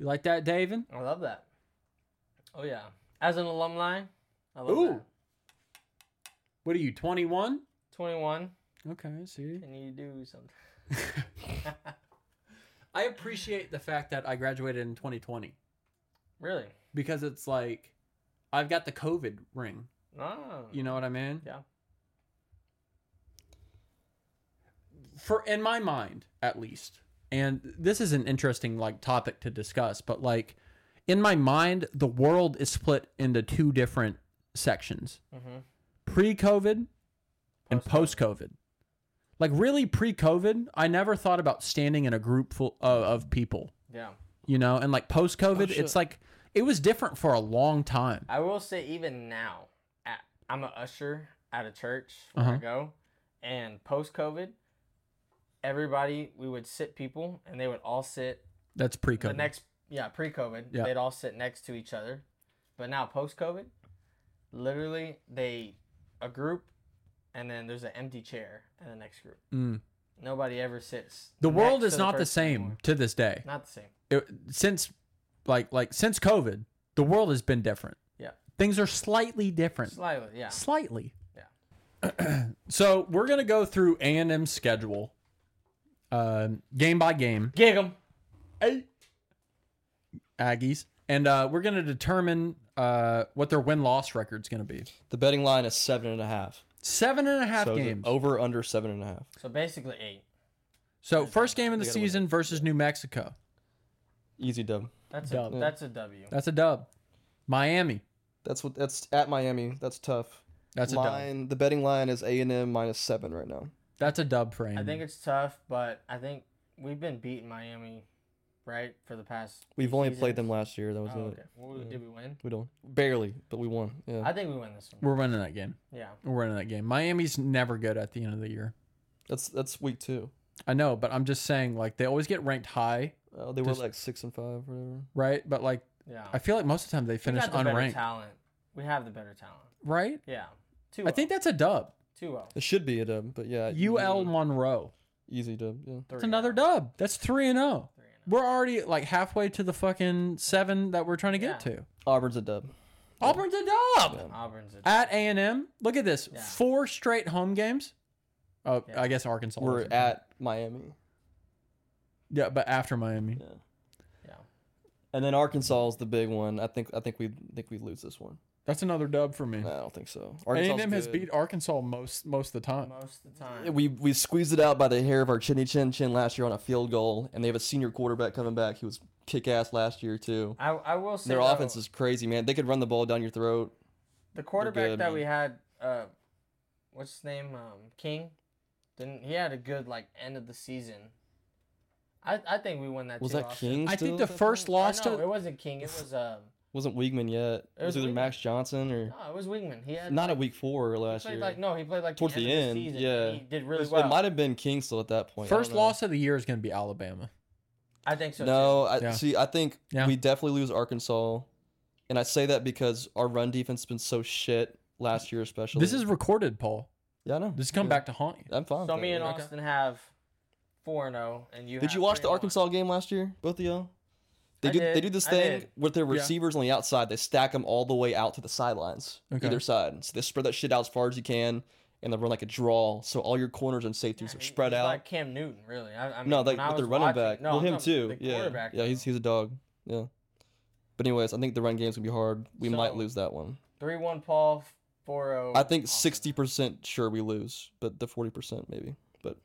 You like that, David?
I love that. Oh yeah. As an alumni, I love
Ooh.
that.
What are you, 21?
21.
Okay, I see.
Can you do something?
I appreciate the fact that I graduated in 2020
Really?
because it's like I've got the COVID ring.
No.
You know what I mean?
Yeah.
For in my mind, at least. And this is an interesting like topic to discuss, but like in my mind, the world is split into two different sections.
Mhm.
Pre-COVID and post-COVID. Like really pre-COVID, I never thought about standing in a group full of, of people,
Yeah.
you know, and like post-COVID, it's like it was different for a long time.
I will say even now, at, I'm a usher at a church where I
Uh-huh.
go, and post COVID, everybody we would sit people, and they would all sit
That's
the
pre-COVID.
next yeah pre COVID.
Yeah.
They'd all sit next to each other, but now post COVID, literally they a group, and then there's an empty chair in the next group.
Mm.
Nobody ever sits.
The world is
next to
not the
person
same
anymore.
to this day.
Not the same.
it, since like like since COVID, the world has been different.
Yeah.
Things are slightly different.
Slightly. Yeah.
Slightly.
Yeah.
so we're gonna go through A and M schedule, uh, game by game.
Gig 'em.
Aggies, and uh, we're gonna determine uh, what their win loss record's gonna be.
the betting line is seven and a half.
Seven and a half
so the
games.
over under seven and a half.
So basically eight.
so first game of the
They gotta win
season versus New Mexico.
Easy dub.
That's a,
Dub.
that's a W.
That's a dub. Miami.
That's what. That's at Miami. That's tough.
That's a dub.
line. The betting line is A and M minus seven right now.
That's a dub for Andy.
I think it's tough, but I think we've been beating Miami, right, for the past.
We've
few
only played
seasons.
them last year. That was
Oh,
it.
okay. Well,
Yeah.
Did we win?
We don't barely, but we won. Yeah.
I think we win this one.
We're winning that game.
Yeah.
We're winning that game. Miami's never good at the end of the year.
That's that's week two.
I know, but I'm just saying, like, they always get ranked high,
Uh, they
Just-
were like six and five or whatever.
right? But, like,
Yeah.
I feel like most of the time they
we
finish
got the better
unranked,
talent. We have the better talent.
right?
Yeah. Two. oh.
I think that's a dub.
two oh. zero.
It should be a dub, but yeah,
UL Monroe.
easy dub. Yeah.
That's another dub. That's 3 and 0.
oh. Three and
We're already like halfway to the fucking 7 that we're trying to get
Yeah.
to.
Auburn's a dub.
Auburn's a dub.
Yeah.
oh. Auburn's a
At A&M, look at this.
Yeah.
Four straight home games. Oh,
Yeah.
I guess Arkansas.
We're
wasn't.
at Miami.
Yeah, but after Miami.
Yeah.
Yeah.
And then Arkansas is the big one. I think I think we think we lose this one.
That's another dub for me.
No, I don't think so. Arkansas's
A&M has
good.
beat Arkansas most most of the time.
most of the time.
We we squeezed it out by the hair of our chinny chin chin last year on a field goal, and they have a senior quarterback coming back. He was kick ass last year too.
I, I will say
Their
though,
offense is crazy, man. They could run the ball down your throat.
the quarterback
good,
that
man.
we had. Uh, what's his name? Um, King. Didn't he had a good like end of the season? I, I think we won that.
Was
too
that
often.
King?
I
still
think
at
the
that
first
point?
loss
Or no, it
to
wasn't King. It was um.
wasn't Weigman yet. It
was
was, either
Weigman.
Max Johnson or
No, it was Wingman. He had
not at week four
he
last
played
year.
like no, he played like
Towards the end,
of the season,
yeah.
and he did really
it
well.
might have been King still at that point. I
first
don't know.
loss of the year is going to be Alabama.
I think so.
No, I,
Yeah.
see, I think
Yeah.
we definitely lose Arkansas, and I say that because our run defense has been so shit last year, especially.
This is recorded, Paul.
yeah, I know.
This is come
Yeah.
back to haunt you.
I'm
too.
fine. with
So
that,
me and
yeah.
Austin have four and zero, and you.
Did
have
you watch
three
the
and one.
Arkansas game last year? Both of y'all. They
I
do. They
did,
do this
I
thing
did.
with their
Yeah.
receivers on the outside. They stack them all the way out to the sidelines,
Okay.
either side. So they spread that shit out as far as you can, and they run like a draw. So all your corners and
Yeah,
safeties are
he-
spread
he's
out.
Like Cam Newton, really. I, I mean,
no,
when
like
I
with the
was
running
watching-
back.
No,
well,
I'm
him
talking
too.
about The
yeah,
quarterback,
yeah, he's
though.
he's a dog. Yeah. But anyways, I think the run game's gonna be hard. We might
So-
lose that one.
three one Paul, four oh. zero.
I think sixty percent sure we lose, but the forty percent maybe. But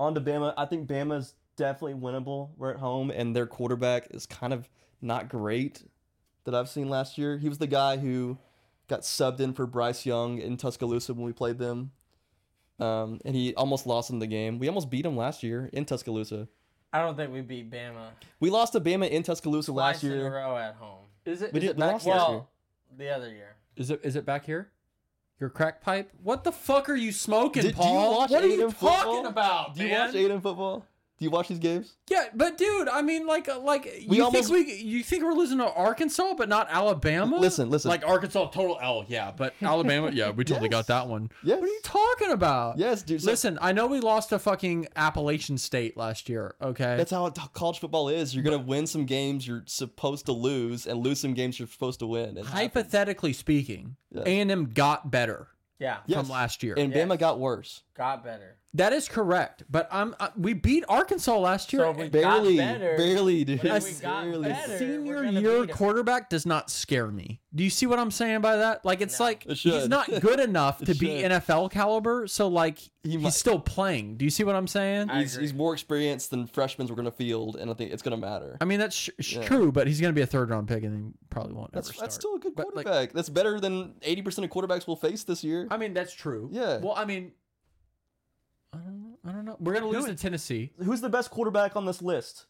on to Bama, I think Bama's definitely winnable. We're at home, and their quarterback is kind of not great that I've seen last year. He was the guy who got subbed in for Bryce Young in Tuscaloosa when we played them, um, and he almost lost in the game. We almost beat him last year in Tuscaloosa.
I don't think we beat Bama
We lost to Bama in Tuscaloosa
twice
last
in a
year.
row at home.
Is it?
We did. We lost last year.
Well, the other year.
Is it? Is it back here? Your crack pipe? What the fuck are you smoking,
Did- do
Paul?
you watch
what are you
A&M
talking
football?
about,
Do you
man?
watch Aiden football? Do you watch these games?
yeah, but dude, I mean, like, uh, like
We
you
almost-
think we you think we're losing to Arkansas, but not Alabama?
Listen, listen.
like Arkansas total L, yeah, but Alabama, yeah, we totally
Yes.
got that one.
Yes.
What are you talking about?
Yes, dude. So
Listen, I know we lost to fucking Appalachian State last year. Okay,
That's how it- college football is. You're gonna win some games you're supposed to lose, and lose some games you're supposed to win. It happens.
hypothetically speaking,
Yes.
A and M got better
Yeah,
Yes.
from last year.
and
Yes.
Bama got worse.
got better.
that is correct, but I'm uh, we beat Arkansas last year.
So we
Barely,
got better.
barely, dude.
When we got
barely.
a
better,
senior
we're gonna
year
beat 'em.
quarterback does not scare me. Do you see what I'm saying by that? Like it's
No.
like
It
he's
should.
not good enough to
It
be
should.
NFL caliber, so like
might-
he's still playing. Do you see what I'm saying?
I
He's,
agree.
he's more experienced than freshmen we're gonna field, and I think it's gonna matter.
I mean that's sh- sh-
Yeah.
true, but he's going to be a third round pick and he probably won't
That's
ever start.
that's still a good
But, like-
quarterback. that's better than eighty percent of quarterbacks will face this year.
I mean that's true.
Yeah.
Well, I mean I don't know. I don't know. We're going to lose to Tennessee.
Who's the best quarterback on this list?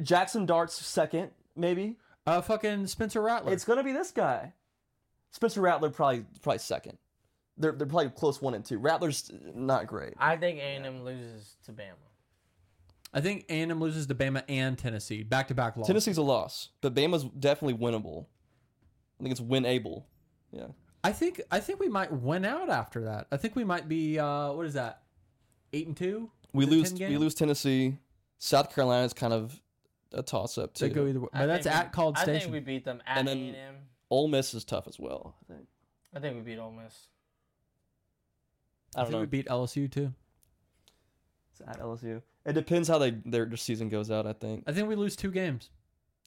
Jackson Dart's second, maybe.
Uh fucking Spencer Rattler.
It's gonna be this guy. Spencer Rattler probably probably second. They're they're probably close one and two. Rattler's not great.
I think A and M loses to Bama.
I think A&M loses to Bama and Tennessee back-to-back loss.
Tennessee's a loss, but Bama's definitely winnable. I think it's winable. Yeah.
I think I think we might win out after that. I think we might be uh what is that? 8 and 2?
We
Is it
lose
10
we
games?
lose Tennessee. South Carolina's kind of a toss up too.
They go either way.
I
But that's
think we-
at Called
I
Station.
think we beat them at
And
A
then-
and M.
Ole Miss is tough as well, I think.
I think we beat Ole Miss.
I don't know.
we beat LSU too.
It's at LSU. It depends how they their, their season goes out, I think.
I think we lose two games.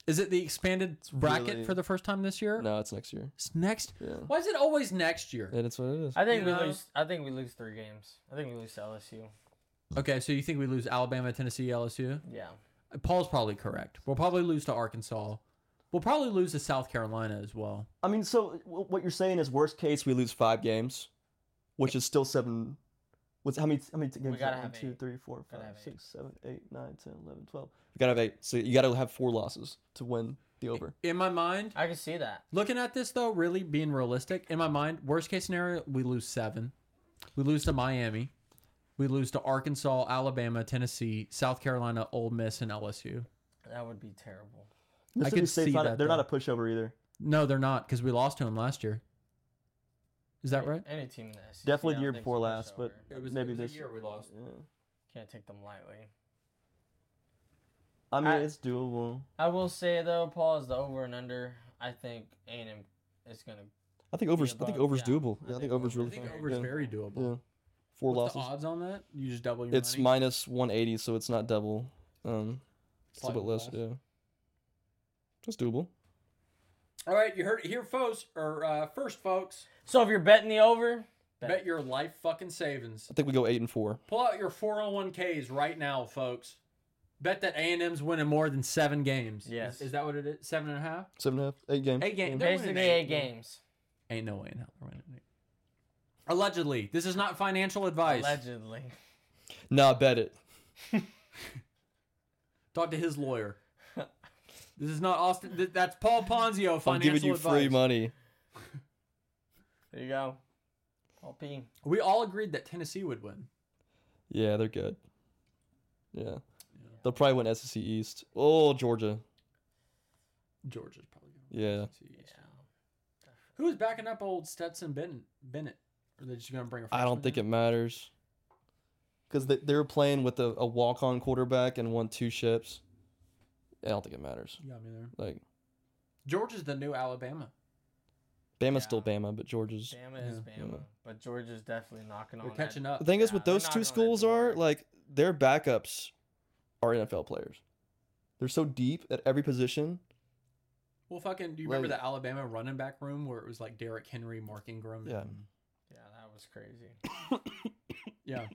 Is it the expanded bracket
really-
for the first time this year?
No, it's next year.
It's next.
Yeah.
Why is it always next year?
And it's what it is.
I think
You
we
know?
lose. I think we lose three games. I think we lose to LSU.
Okay, so you think we lose Alabama, Tennessee, LSU?
Yeah.
Paul's probably correct. We'll probably lose to Arkansas. We'll probably lose to South Carolina as well.
I mean, so w- what you're saying is worst case we lose five games, which is still seven. What's how many how many games? is
gotta
that?
have
One, two,
eight.
three, four,
Gotta
five,
have
six, seven, eight, nine, 10, 11, 12. We gotta have eight. So you gotta have four losses to win the over.
In my mind,
I can see that.
looking at this though, really being realistic, in my mind, worst case scenario, we lose seven. We lose to Miami. We lose to Arkansas, Alabama, Tennessee, South Carolina, Ole Miss, and LSU.
That would be terrible.
I
Mississippi
could
State's
see
not a-
that,
they're not
though.
a pushover either.
No, they're not because we lost to them last year. Is that right?
Any team in the SEC, I
Definitely the
don't
year
think's
before
a
last, but
pushover.
It was-
maybe
it was a
this
year we lost.
Yeah.
can't take them lightly.
I mean,
I-
it's doable.
I will say though, Paul is the over and under. I think A and M is gonna.
I think overs. I think
above,
overs
yeah.
doable. Yeah, I think overs really.
I think
fun.
over is
yeah.
very doable.
Yeah. Four
What's the
losses.
odds on that? You just double your
It's
money?
minus 180, so it's not double. Um, it's a little bit
Slightly
less.
less.
Yeah. That's doable.
All right, you heard it here, folks, or uh, first, folks.
So if you're betting the over, bet,
Bet your life fucking savings.
I think we go eight and four.
Pull out your 401ks right now, folks. Bet that A&M's winning more than seven games.
Yes.
Is, is that what it is? Seven and a half?
Seven and a half, eight games.
Eight games. They're winning
basically eight games.
Ain't no way in hell they're winning eight. Allegedly. This is not financial advice.
Allegedly,
Nah, bet it.
Talk to his lawyer. this is not Austin. th- That's Paul Ponzio, financial
I'm giving you
advice.
free money.
there you go. Paul P.
We all agreed that Tennessee would win.
Yeah, they're good. Yeah. They'll probably win SEC East. Oh, Georgia.
Georgia's probably going
Yeah.
to win. Who is backing up old Stetson Bennett? Bennett? Are they just going to bring a
I
freshman
don't think
in?
it matters. Because they, they were playing with a, a walk on quarterback and won two ships. I don't think it matters.
You got me there.
Like,
Georgia's the new Alabama.
Bama's
Yeah.
still Bama, but Georgia's.
Bama is
Yeah.
Bama,
Yeah.
but Georgia's definitely knocking on.
They're catching up.
The thing is,
Yeah,
with
they're
those
knocking on
two
that
schools are
door.
like their backups are NFL players. They're so deep at every position.
Well, fucking, do you remember
Like-
the Alabama running back room where it was like Derrick Henry, Mark Ingram?
Yeah.
and-
Yeah, that was crazy.
yeah.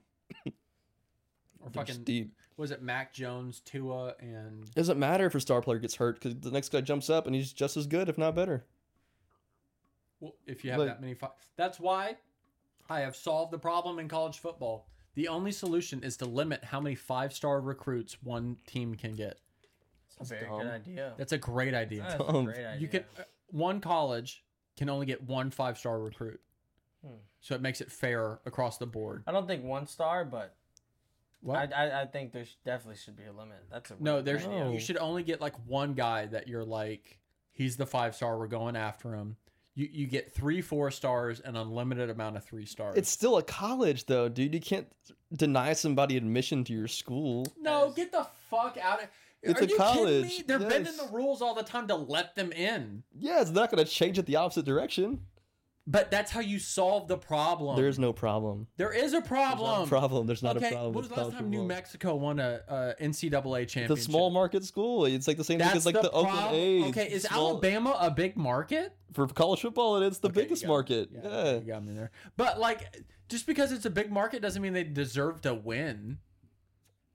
or
They're just
fucking,
deep.
was it Mac Jones, Tua, and
It doesn't matter if a star player gets hurt because the next guy jumps up and he's just as good, if not better.
well, if you have
Like-
that many, fi- that's why I have solved the problem in college football. The only solution is to limit how many five star recruits one team can get.
It's a very
dumb.
good idea.
That's a great idea.
That's a
dumb.
great idea.
you can uh, one college can only get one five star recruit
Hmm.
so it makes it fair across the board
I don't think one star, but
what?
I, I I think there sh- definitely should be a limit. That's a
no
really
there's
great idea.
No.
you should only get like one guy that you're like he's the five star we're going after him you, you get three four stars and unlimited amount of three stars
It's still a college, though, dude. You can't deny somebody admission to your school.
no get the fuck out of
It's
Are
a
you kidding me?
college,
They're bending
yes.
the rules all the time to let them in.
Yeah, it's not going to change it the opposite direction.
But that's how you solve the problem.
There's no problem.
there is a problem.
Problem. There's not a
okay,
problem.
when was
with
the last
college
time New
football.
Mexico won a, a NCAA championship?
It's a small market school. It's like the same thing as like the, Oakland
problem.
A's.
Okay, is
Small-
Alabama a big market?
for college football? It's the
Okay, you
biggest
got me.
market.
Yeah,
Yeah,
you got me there. But like, just because it's a big market doesn't mean they deserve to win.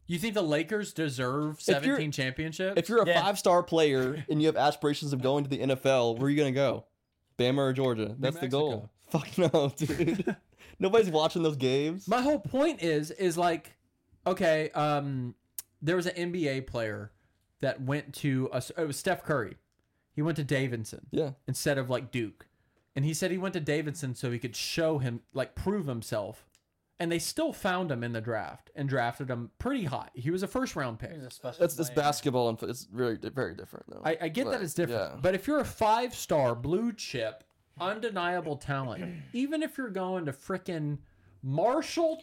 You think the Lakers deserve
you're-
seventeen championships?
If you're a
Yeah.
five star player and you have aspirations of going to the NFL, where are you gonna go? Bama or Georgia? That's the goal. Fuck no, dude. Nobody's watching those games.
My whole point is is like, okay, um, there was an NBA player that went to a, it was Steph Curry. He went to Davidson.
yeah,
instead of like Duke. And he said he went to Davidson so he could show him, like, prove himself. And they still found him in the draft and drafted him pretty high. He was a first round pick.
He's a special.
that's it's
player.
basketball and fo- it's very di- very different though.
I, I get that
Right,
it's different.
yeah.
But if you're a five star blue chip, undeniable talent, even if you're going to frickin' Marshall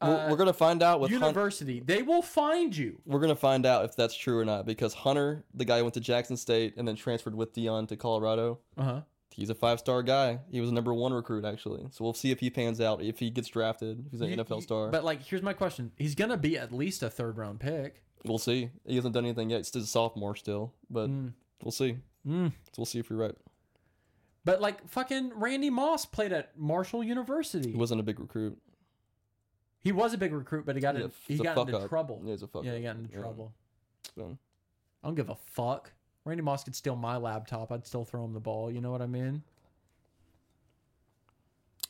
we're,
uh,
we're gonna find out with Hunter.
University, they will find you.
We're gonna find out if that's true or not because Hunter, the guy who went to Jackson State and then transferred with Dion to Colorado.
Uh huh.
He's a five star guy. He was a number one recruit actually. So we'll see if he pans out, if he gets drafted, if he's an
You-
NFL
you-
star.
But, like, here's my question he's going to be at least a third round pick.
We'll see. He hasn't done anything yet. He's still a sophomore still, but
Mm.
we'll see.
Mm.
So we'll see if you're right.
But, like, fucking Randy Moss played at Marshall University.
He wasn't a big recruit.
He was a big recruit, but he got
Yeah,
in,
f-
he
he's a
got
fuck
into
up.
trouble.
Yeah, he's a fuck
Yeah,
up.
he got into
Yeah.
trouble.
So,
I don't give a fuck. Randy Moss could steal my laptop. I'd still throw him the ball. You know what I mean?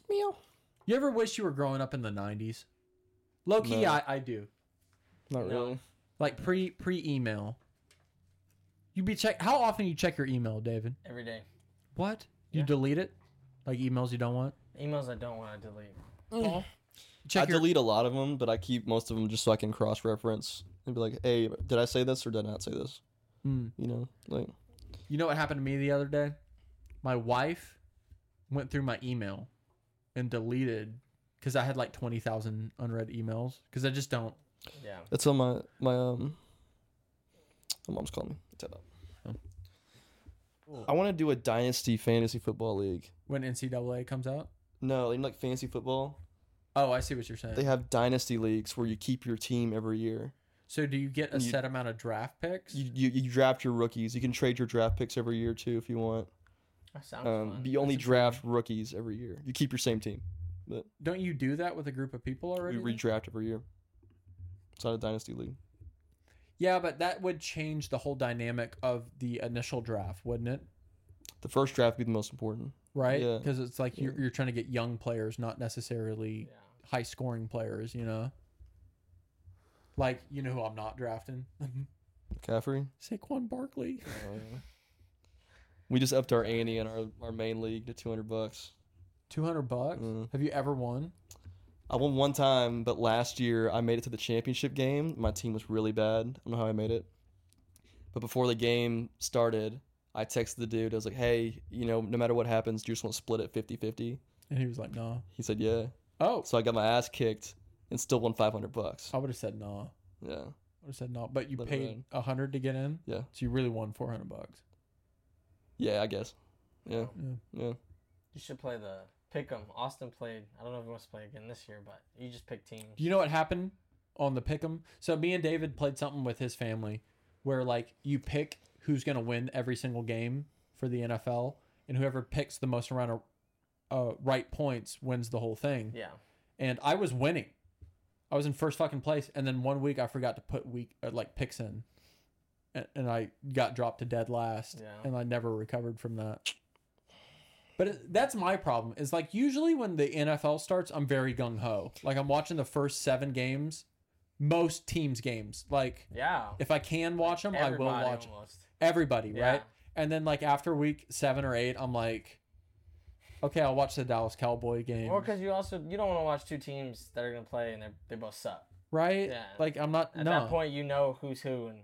meow.
You ever wish you were growing up in the 90s? Low key,
No.
I, I do.
Not
No.
really.
Like pre pre email. You be check how often you check your email, David?
every day.
What? You
Yeah.
delete it? Like emails you don't want?
Emails I don't want to delete.
Check
I
your
delete a lot of them, but I keep most of them just so I can cross reference and be like, hey, did I say this or did I not say this?
Mm.
You know, like,
You know what happened to me the other day? My wife went through my email and deleted because I had like 20,000 unread emails because I just don't.
Yeah.
that's on my, my, um, my mom's calling me. It's up.
Oh.
I want to do a dynasty fantasy football league.
When NCAA comes out?
No, even like fantasy football,
Oh, I see what you're saying.
they have dynasty leagues where you keep your team every year.
so do you get a
You-
set amount of draft picks?
You, you, you draft your rookies. You can trade your draft picks every year too if you want.
That sounds
Um,
fun.
but you only
That's a-
draft rookies every year. You keep your same team.
don't you do that with a group of people already?
We
then?
redraft every year. It's not a dynasty league.
yeah, but that would change the whole dynamic of the initial draft, wouldn't it?
The first draft would be the most important.
Right?
Yeah.
Because it's like you're,
Yeah.
you're trying to get young players, not necessarily
Yeah.
high scoring players, you know? Like, you know who I'm not drafting?
McCaffrey. Oh,
Saquon Barkley.
we just upped our ante in our, our main league to 200 bucks.
200 bucks?
Mm.
Have you ever won?
I won one time, but last year I made it to the championship game. My team was really bad. I don't know how I made it. But before the game started, I texted the dude. I was like, hey, you know, no matter what happens, do you just want to split it 50 50?
And he was like, nah.
He said, yeah.
Oh,
So I got my ass kicked and still won 500 bucks.
I would have said nah. I would
Yeah.
have said nah. But you
Would've
paid
been.
a 100 to get in?
Yeah.
So you really won 400 bucks.
Yeah, I guess. Yeah.
Yeah.
Yeah.
You should play the pick 'em. Austin played. I don't know if he wants to play again this year, but you just pick teams.
Do you know what happened on the pick 'em? So me and David played something with his family where like you pick who's gonna win every single game for the NFL, and whoever picks the most amount of uh, right points wins the whole thing.
Yeah.
And I was winning. I was in first fucking place, and then one week I forgot to put week uh, like picks in, and, and I got dropped to dead last,
Yeah.
and I never recovered from that. But it, that's my problem. Is like usually when the NFL starts, I'm very gung ho. Like I'm watching the first seven games, most teams' games. Like
Yeah.
if I can watch them, I will
Everybody
watch
almost.
everybody,
Yeah.
right? And then like after week seven or eight, I'm like, okay, I'll watch the Dallas Cowboy game,
Or because you also you don't want to watch two teams that are gonna play and they they both suck.
right?
Yeah.
Like I'm not
At
no.
that point, you know who's who and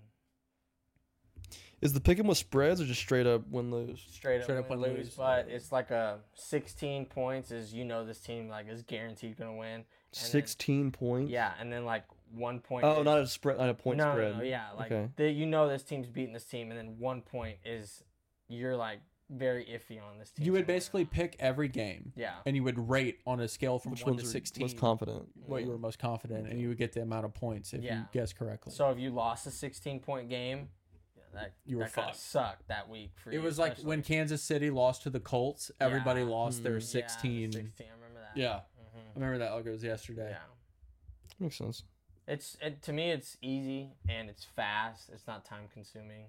Is the pick 'em with spreads or just straight up win lose?
straight up,
Straight up
win,
win,
lose,
lose.
But it's like a 16 points is you know this team like is guaranteed gonna win. and then-
16 points?
yeah, and then like one point.
Oh,
is-
not a spread, not a point
no,
spread.
No, no, yeah, like
Okay.
the, you know this team's beating this team, and then one point is you're like very iffy on this team.
you would basically pick every game
yeah,
and you would rate on a scale from
Which
one
one's
to
are
sixteen
most confident?
what you were most confident, and you would get the amount of points if you
Yeah.
guess correctly.
So if you lost a 16 point game, yeah, that
You were
that kinda
fucked.
Sucked that week for
it
you.
was like
especially-
when Kansas City lost to the Colts, everybody
Yeah.
lost
Mm. Yeah,
their
the
Yeah, the
16. Yeah,
16. I remember that.
I
hmm
remember that like it was yesterday.
Yeah.
Makes sense.
It's it, to me it's easy and it's fast. It's not time consuming.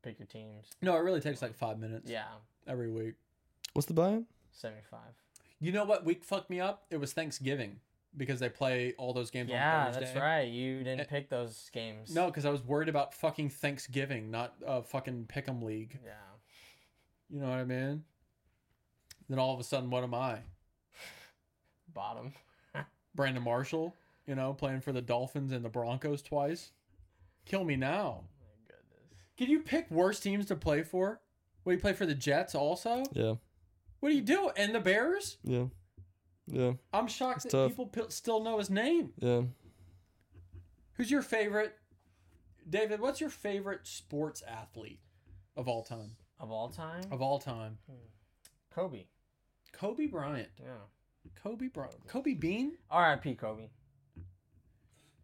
Pick your teams.
No, it really takes like five minutes
Yeah,
every week.
What's the buy-in?
75.
You know what week fucked me up? It was Thanksgiving because they play all those games
Yeah,
on Thursday.
that's right. You didn't
It-
pick those games.
No, because I was worried about fucking Thanksgiving, not uh, fucking Pick'em League.
Yeah.
You know what I mean? Then all of a sudden, what am I?
Bottom.
Brandon Marshall, you know, playing for the Dolphins and the Broncos twice. Kill me now.
My goodness.
Can you pick worse teams to play for? Will you play for the Jets also?
Yeah,
What do you do? And the Bears?
yeah, yeah,
I'm shocked that
It's tough.
people p- still know his name.
yeah.
Who's your favorite? David, what's your favorite sports athlete of all time?
Of all time,
Of all time.
Kobe.
Kobe Bryant.
Yeah.
Kobe Bryant. Kobe Bean?
R.I.P. Kobe.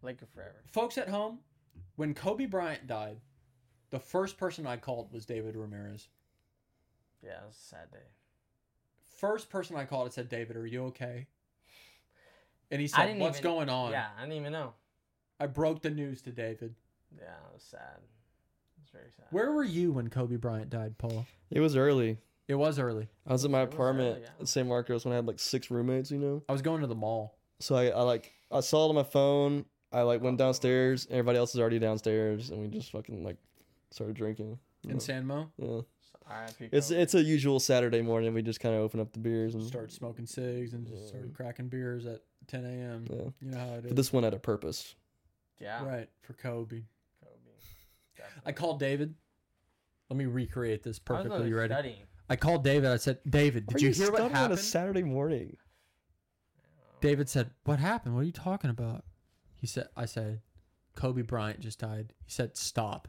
Laker forever.
Folks at home, when Kobe Bryant died, the first person I called was David Ramirez.
Yeah, it was a sad day.
first person I called, it said, David, are you okay? And he
I
said,
didn't
What's
even-
going on?
Yeah, I didn't even know.
I broke the news to David.
Yeah, it was sad. It's very sad.
Where were you when Kobe Bryant died, Paul?
It was early.
It was early.
I was in
It
my
was early,
apartment
yeah.
in San Marcos when I had like six roommates, you know?
I was going to the mall.
So I, I like, I saw it on my phone. I like went downstairs. Everybody else is already downstairs. And we just fucking like started drinking. you know?
in San Mo.
Yeah.
R.I.P.
It's,
Kobe.
it's a usual Saturday morning. We just kind of open up the beers and
Started smoking cigs and just
Yeah.
started cracking beers at 10 a.m.
Mm-hmm. Yeah.
You know how it is.
But this one had a purpose.
yeah.
right for Kobe.
Kobe.
I
Definitely.
called David. Let me recreate this
I was
perfectly. You
literally
ready?
Studying.
I called David. I said, David, did
Are
you, hear what
studying on a
happened?
Saturday morning?
David said, What happened? What are you talking about? He said, I said, Kobe Bryant just died. He said, Stop.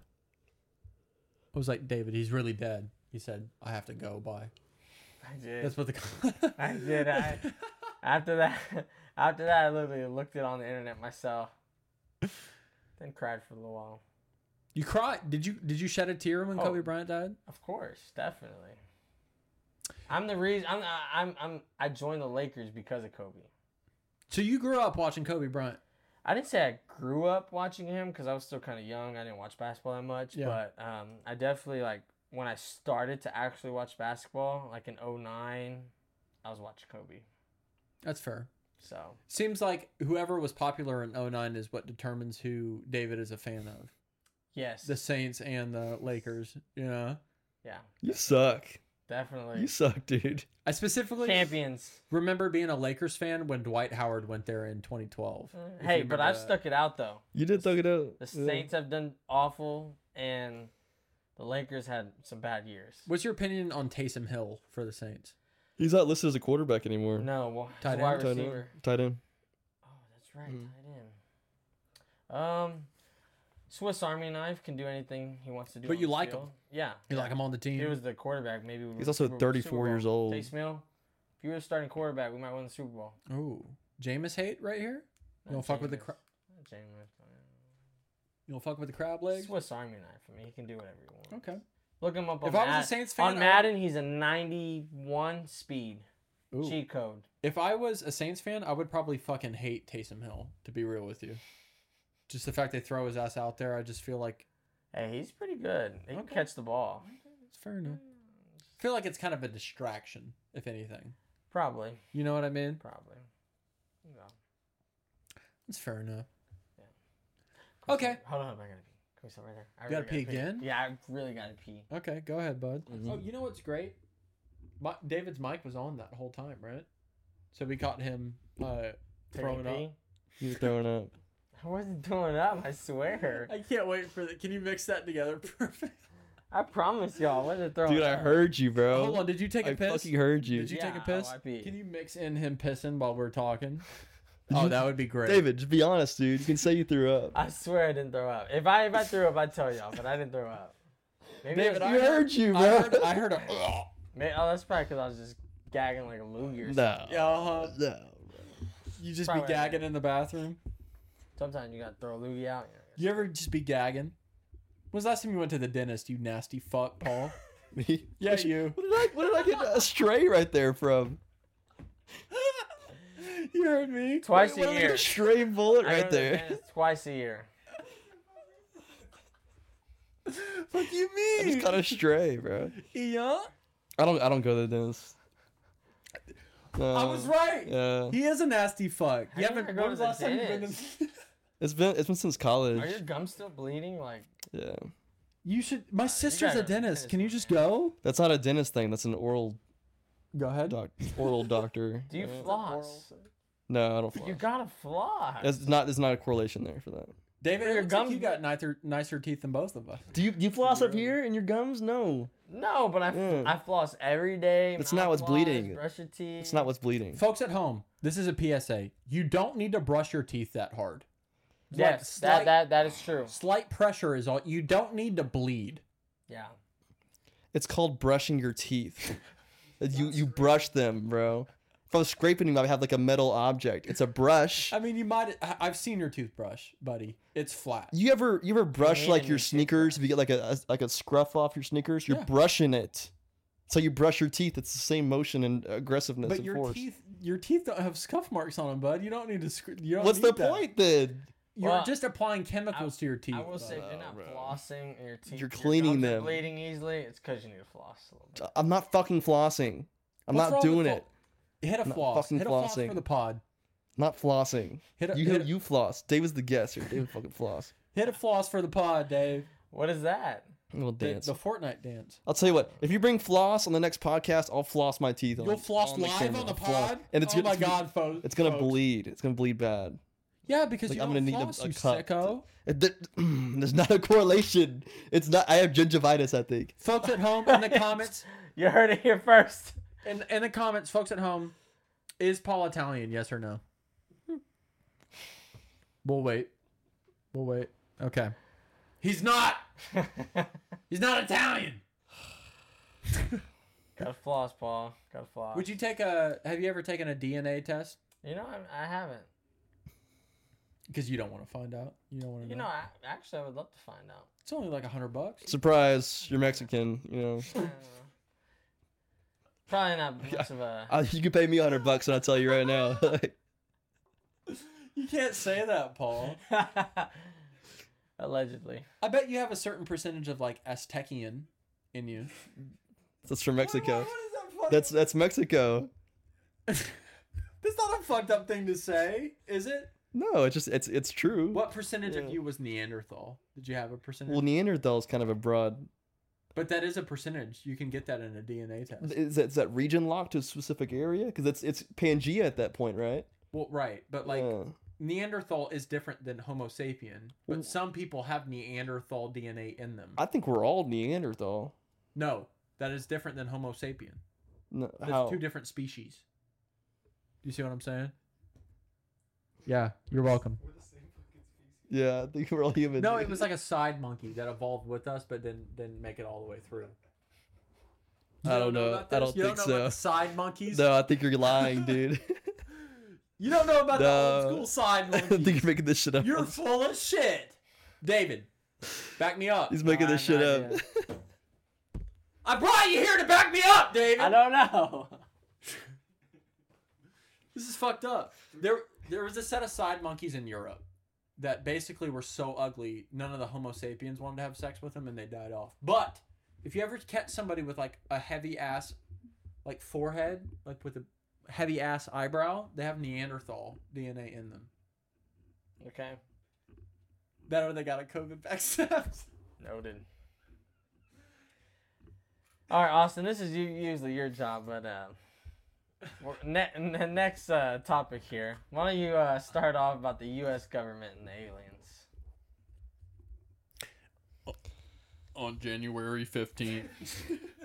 I was like, David, he's really dead. He said, I have to go. Bye.
I did.
That's what the.
I did. I after that, after that, I literally looked it on the internet myself. Then cried for a little while.
You cried. Did you did you shed a tear when
Oh.
Kobe Bryant died?
Of course, definitely. I'm the reason. I'm. I'm. I'm. I joined the Lakers because of Kobe.
So you grew up watching Kobe Bryant.
I didn't say I grew up watching him because I was still kind of young. I didn't watch basketball that much,
Yeah.
but um, I definitely like when I started to actually watch basketball, like in 09, I was watching Kobe.
That's fair.
So
Seems like whoever was popular in 09 is what determines who David is a fan of.
yes,
The Saints and the Lakers. Yeah.
yeah,
You suck.
definitely
You suck, dude.
I specifically
champions.
remember being a Lakers fan when Dwight Howard went there in 2012. If
Hey,
you
but
remember
I've
that.
stuck it out though.
You did thug it out.
The
Yeah.
Saints have done awful, and the Lakers had some bad years.
What's your opinion on Taysom Hill for the Saints?
He's not listed as a quarterback anymore.
No, well,
Tight
tight
end?
wide
Tight end.
receiver.
Tight end.
Oh, that's right,
Mm-hmm.
tight end. Um, Swiss Army knife can do anything he wants to do.
But
on
you
the
like
field.
him.
Yeah,
You like him on the
If
team?
He was the quarterback. Maybe we
He's also 34 years old.
Taste meal. If you were starting quarterback, we might win the Super Bowl.
Ooh, Jameis hate right here. You don't fuck with the cra- You don't fuck with the crab legs.
Swiss Army knife. I mean, he can do whatever he wants.
Okay.
Look him up.
If
on
I was a
Mad-
Saints fan, I
on
would-
Madden, he's a 91 speed
Ooh.
cheat code.
If I was a Saints fan, I would probably fucking hate Taysom Hill, to be real with you. Just the fact they throw his ass out there, I just feel like
Hey, he's pretty good. He can
Okay.
catch the ball.
it's fair enough. I feel like it's kind of a distraction, if anything.
Probably,
You know what I mean?
probably. No.
It's fair enough.
Can we
Okay.
stop- Hold on, I gotta pee. Can we stop right there? I
You gotta
really
pee again?
Yeah, I really gotta pee.
Okay, go ahead, bud.
Mm-hmm.
Oh, you know what's great? My, David's mic was on that whole time, right? So we caught him uh,
Take a
throwing up.
pee?
You're throwing up.
I wasn't throwing up. I swear.
I can't wait for that. Can you mix that together? Perfect.
I promise y'all, I wasn't throwing
Dude, I
up.
heard you, bro.
Hold on, did you take a
I
piss?
fucking heard you.
Did you take a
Yeah, oh,
piss?
I peed.
Can you mix in him pissing while we're talking?
Did
oh,
you-
that would be great.
David, just be honest, dude. You can say you threw up.
I swear I didn't throw up. If I if I threw up, I'd tell y'all, but I didn't throw up. Maybe
David,
it
you
I
was,
heard,
heard-
you, bro.
I heard, I heard a. Oh,
may- oh, that's probably because I was just gagging like a loogie or something.
no.
uh-huh.
No.
You just
Probably
be gagging in the bathroom.
Sometimes you gotta throw a loogie out.
You ever just be gagging? When's the last time you went to the dentist, you nasty fuck, Paul?
Me?
yeah, you.
What did I? What did I get a stray right there from?
you heard me.
Twice
What did
a
I get
year.
a stray bullet
I go
right
to the
there.
dentist Twice a year.
What do you
I
mean?
just caught a stray, bro.
yeah.
I don't. I don't go to the dentist. No.
I was right.
Yeah.
He is a nasty fuck.
How
You
do you
haven't.
not go
when was
to the
the last time you've been
dentist?
to?
It's been. It's been since
Are your
college.
gums still bleeding? Like
Yeah.
You should. My sister's
Uh, gotta
a
go to the
dentist.
dentist,
Can you
my
just
man.
go?
That's not a dentist thing. That's an oral
Go ahead.
doc. Oral doctor.
do you
Uh,
floss?
No, I don't floss.
You gotta floss.
It's not. There's not a correlation there for that.
David,
Your
it looks like
gums-
you got nicer, nicer teeth than both of us.
Do you? You floss up here in your gums? No.
No, but I, f-
Yeah.
I floss every day.
That's
mouth
Mm. not what's
floss,
bleeding.
Brush your teeth.
It's not what's bleeding.
Folks at home, this is a PSA. You don't need to brush your teeth that hard.
Yes,
Slight-
that, that that is true.
Slight pressure is all. You don't need to bleed.
Yeah.
It's called brushing your teeth. you you brush them, bro. If I was scraping them, I would have like a metal object. It's a brush.
I mean, you might. I- I've seen your toothbrush, buddy. It's flat.
You ever you ever brush
hate
like
when
your
you say
sneakers? If you get like a, a- like a scruff off your sneakers, you're
Yeah.
brushing it. So you brush your teeth. It's the same motion and aggressiveness
But
and
your
force.
teeth, your teeth don't have scuff marks on them, bud. You don't need to. Sc- you don't
What's
need
the
that.
point then?
You're
Well,
just applying chemicals to your teeth.
I will say, if
Oh,
you're not
bro.
flossing and your teeth,
You're
your gums
cleaning
are
them.
bleeding easily. It's because you need to floss a little bit.
I'm not fucking flossing. I'm
What's
not
wrong with
doing
flo-
it.
Hit a
not
floss.
fucking
Hit a floss
flossing.
for the pod.
I'm not flossing.
Hit a,
You
hit, a,
you floss. Dave was the guest here. Dave fucking floss.
hit a floss for the pod, Dave.
What is that?
Little
The,
dance.
the Fortnite dance.
I'll tell you what. If you bring floss on the next podcast, I'll floss my teeth. On,
You'll floss
the
live
camera.
on the
Floss.
pod.
and it's
oh
gonna-
my
it's gonna-
god, folks.
It's gonna
folks.
bleed. It's gonna bleed bad.
Yeah, because
Like,
you
I'm
don't
gonna need a-
floss,
a
you
cup to-
sicko.
It- th- There's not a correlation. It's not. I have gingivitis. I think.
Folks at home in the comments,
You heard it here first.
in, in the comments, folks at home, is Paul Italian? Yes or no? We'll wait. We'll wait. Okay. He's not. He's not Italian.
Gotta floss, Paul. Gotta floss.
Would you take a? Have you ever taken a DNA test?
You know, I, I haven't.
Because you don't want to find out. You don't want to
You know, I actually I would love to find out.
It's only like a hundred bucks.
Surprise! You're Mexican. You know.
I don't know. Probably not much of a.
Uh, you could pay me a hundred bucks, and I'll tell you right now.
You can't say that, Paul.
Allegedly.
I bet you have a certain percentage of like Aztecian in you.
that's from Mexico.
is that
That's that's Mexico.
That's not a fucked up thing to say, is it?
No, it's just it's it's true.
What percentage of
Yeah.
you was Neanderthal? Did you have a percentage?
Well, Neanderthal is kind of a broad.
but that is a percentage. You can get that in a DNA test.
Is that, is that region locked to a specific area? Because it's it's Pangea at that point, right?
Well, right, but like
Yeah.
Neanderthal is different than Homo sapien.
Well-
But some people have Neanderthal DNA in them.
I think we're all Neanderthal.
no, that is different than Homo sapien.
No,
That's
how?
two different species. Do you see what I'm saying? Yeah, you're welcome.
We're the same fucking species.
yeah, I think we're all human.
No, it was like a side monkey that evolved with us, but didn't didn't make it all the way through. You
I don't know.
about this?
I don't
you
think
don't know About
so.
the side monkeys.
No, I think you're lying, dude.
You don't know about the
No.
old school side
I think
monkeys.
you're making this shit up.
You're full of shit, David. Back me up.
He's making this
I
shit
have no
up.
I brought you here to back me up, David.
I don't know.
This is fucked up. There, there was a set of side monkeys in Europe that basically were so ugly, none of the Homo sapiens wanted to have sex with them, and they died off. But if you ever catch somebody with like a heavy ass, like forehead, like with a heavy ass eyebrow, they have Neanderthal DNA in them.
Okay.
That or they got a COVID vaccine.
Noted. All right, Austin. This is u- usually your job, but uh, we're- ne- ne- next uh, topic here. Why don't you uh, start off about the U.S. government and the aliens?
on January 15th,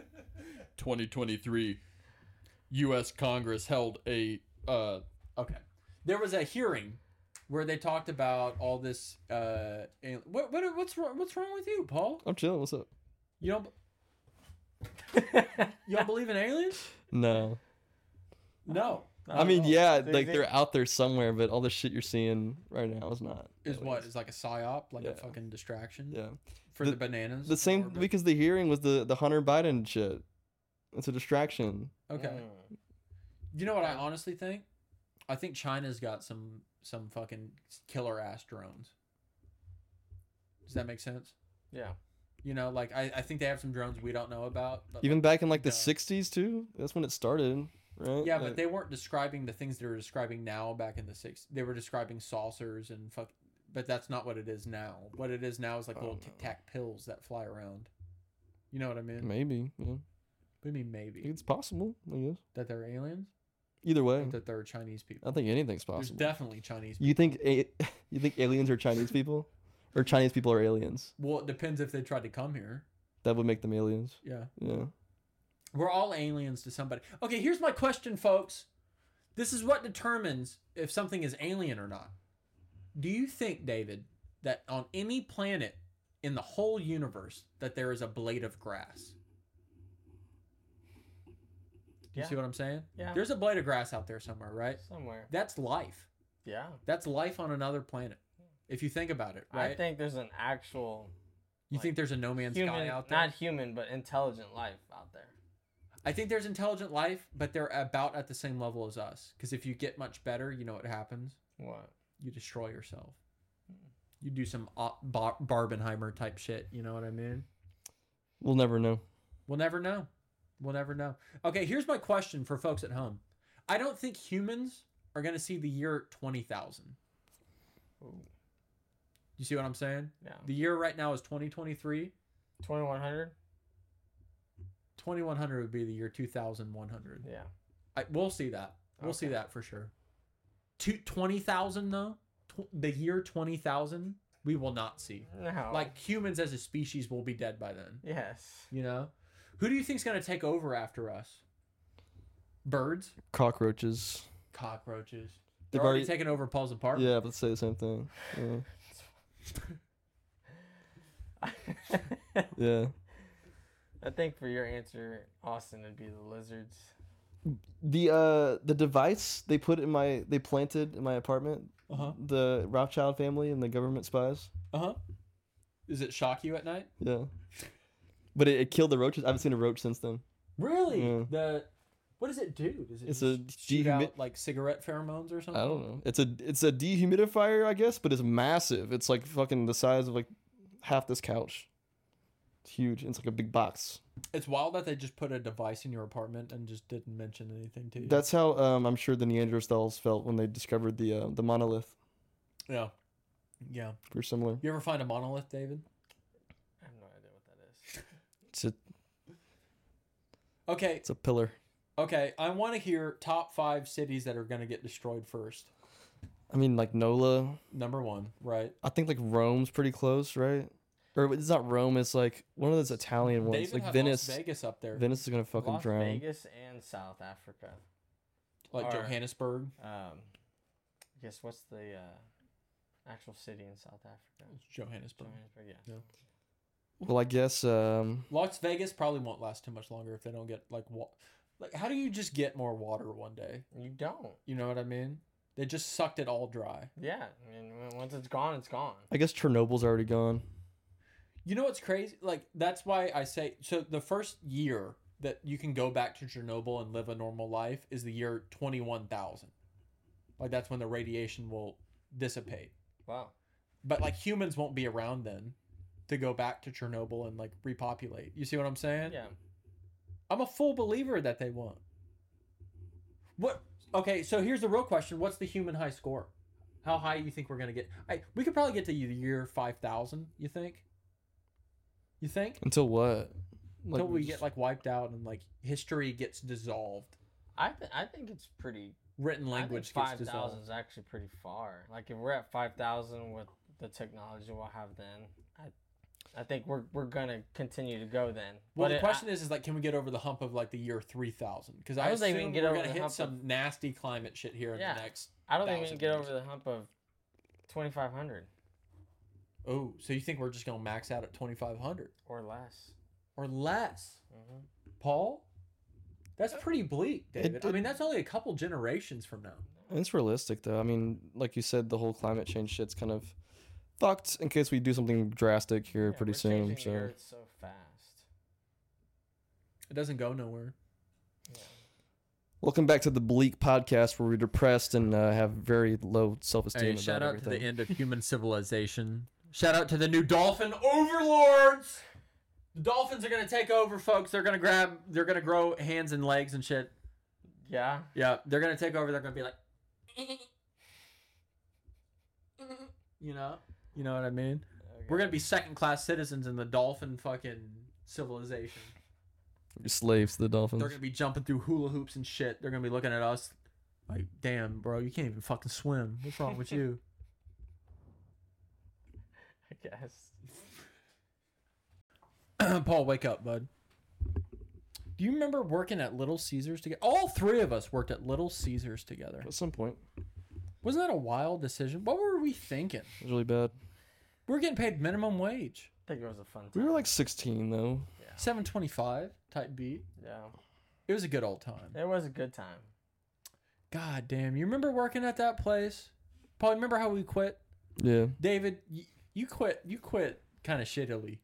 2023, U.S. Congress held a. Uh,
okay, there was a hearing where they talked about all this. Uh, al- what, what, what's wrong- what's wrong with you, Paul?
I'm chilling. What's up?
You don't, you don't believe in aliens?
No,
No.
I mean, yeah,
They-
like
they-
they're out there somewhere, but all the shit you're seeing right now is not.
is
aliens.
what is like a psyop, like
Yeah.
a fucking distraction
Yeah,
for
The-
the, bananas.
the
in
same
orbit.
because the hearing was the the Hunter Biden shit. It's a distraction.
okay.
Mm.
You know what I honestly think? I think China's got some some fucking killer ass drones. Does that make sense?
Yeah.
You know, like I, I think they have some drones we don't know about. But
Even back in like the
No.
'60s too. That's when it started, right?
yeah, but
Like-
they weren't describing the things they were describing now back in the six. They were describing saucers and fuck, but that's not what it is now. What it is now is like
Oh,
little
no.
tic tac pills that fly around. You know what I mean?
maybe. Yeah,
What do you mean maybe
it's possible. I guess.
that they're aliens?
Either way,
think that they're Chinese people.
I think anything's
There's
possible.
definitely Chinese.
you think a- you think aliens are Chinese people, or Chinese people are aliens?
Well, it depends if they tried to come here.
That would make them aliens.
Yeah,
Yeah.
we're all aliens to somebody. Okay, here's my question, folks. This is what determines if something is alien or not. Do you think, David, that on any planet in the whole universe that there is a blade of grass? You
Yeah.
see what I'm saying?
Yeah.
There's a blade of grass out there somewhere, right?
Somewhere.
That's life.
Yeah.
That's life on another planet. If you think about it, right?
I think there's an actual
you
like,
think there's a no man's
human,
sky out there?
not human, but intelligent life out there.
I think there's intelligent life, but they're about at the same level as us. Because if you get much better, you know what happens?
What?
You destroy yourself. You do some O- Bar- Barbenheimer type shit. You know what I mean?
We'll never know.
We'll never know. We'll never know. Okay, here's my question for folks at home. I don't think humans are going to see the year 20,000.
Ooh.
You see what I'm saying?
Yeah.
The year right now is 2023.
2100?
2100 would be the year 2100.
Yeah.
I, we'll see that. We'll see
Okay.
that for sure. Two- 20,000 though? Tw- the year 20,000 we will not see.
No.
Like humans as a species will be dead by then.
yes.
You know, who do you think's gonna take over after us? Birds,
Cockroaches.
cockroaches.
They've
They're already,
already-
taking over Paul's apartment.
Yeah, but say the same thing. Yeah. yeah.
I think for your answer, Austin would be the lizards.
The uh the device they put in my they planted in my apartment.
Uh huh.
The Rothschild family and the government spies.
Uh huh. Does it shock you at night?
Yeah. But it, it killed the roaches. I haven't seen a roach since then.
Really?
Yeah.
The what does it do? Does it
It's
just
a
shoot
dehumi-
out like cigarette pheromones or something?
I don't know. It's a it's a dehumidifier, I guess, but it's massive. It's like fucking the size of like half this couch. It's huge. It's like a big box.
It's wild that they just put a device in your apartment and just didn't mention anything to you.
That's how um, I'm sure the Neanderthals felt when they discovered the uh, the monolith.
yeah. Yeah.
We're similar.
You ever find a monolith, David?
I have no idea what that is.
It's a
Okay.
it's a pillar.
Okay. I want to hear top five cities that are gonna get destroyed first.
I mean, like Nola.
Number one, right?
I think like Rome's pretty close, right? Or it's not Rome. It's like one of those Italian
They
ones,
even
like
have
Venice.
Las Vegas up there,
Venice is gonna fucking
Las
drown.
Vegas and South Africa.
like
are-
Johannesburg.
Um, guess what's the uh, actual city in South Africa?
It's Johannesburg.
Johannesburg, yeah.
Well, I guess um,
Las Vegas probably won't last too much longer if they don't get like wa- like how do you just get more water one day?
You don't.
You know what I mean? They just sucked it all dry.
Yeah, I mean, when- once it's gone, it's gone.
I guess Chernobyl's already gone.
You know what's crazy? Like that's why I say so the first year that you can go back to Chernobyl and live a normal life is the year 21,000. Like that's when the radiation will dissipate.
Wow.
But like humans won't be around then to go back to Chernobyl and like repopulate. You see what I'm saying?
Yeah.
I'm a full believer that they won't. What? Okay, so here's the real question: What's the human high score? How high you think we're gonna get? I, we could probably get to the year five thousand. You think? You think?
Until what? Like,
Until we get like wiped out and like history gets dissolved,
I th- I think it's pretty.
written
I think
language gets
five
dissolved.
thousand is actually pretty far. Like if we're at five thousand with the technology we'll have then, I I think we're we're gonna continue to go then.
Well,
But
the
it-
question is, is like, can we get over the hump of like the year three thousand? Because I,
I don't
assume
think we can get
we're
over
gonna
the
hit
hump
some nasty climate shit here in
Yeah.
the next.
I, I don't think we can
1,000
get
years.
over the hump of twenty five hundred
Oh, so you think we're just gonna max out at twenty five hundred
or less.
or less?
hmm
Paul? That's pretty bleak,
It-
David. I
it-
mean, that's only a couple generations from now.
It's realistic though. I mean, like you said, the whole climate change shit's kind of fucked. In case we do something drastic here pretty soon, so
The earth so fast.
It doesn't go nowhere.
welcome back to the bleak podcast where we're depressed and uh, have very low self esteem. everything.
end of human civilization. Shout out to the new dolphin overlords. The dolphins are gonna take over, folks. They're gonna grab. They're gonna grow hands and legs and shit.
Yeah.
Yeah, they're gonna take over. They're gonna be like, you know, you know what I mean. We're gonna be second class citizens in the dolphin fucking civilization.
We're slaves to the dolphins.
They're gonna be jumping through hula hoops and shit. They're gonna be looking at us like, damn, bro, you can't even fucking swim. What's wrong with you?
I guess.
Paul, wake up, bud. Do you remember working at Little Caesars together? All three of us worked at Little Caesars together.
At some point,
Wasn't that a wild decision? What were we thinking?
it was really bad.
We were getting paid minimum wage,
I think it was a fun time.
We were like 16 though.
seven twenty-five type beat.
yeah,
It was a good old time.
it was a good time.
God damn, you remember working at that place? Paul, remember how we quit?
Yeah,
David, you, you quit. You quit kind of shittily.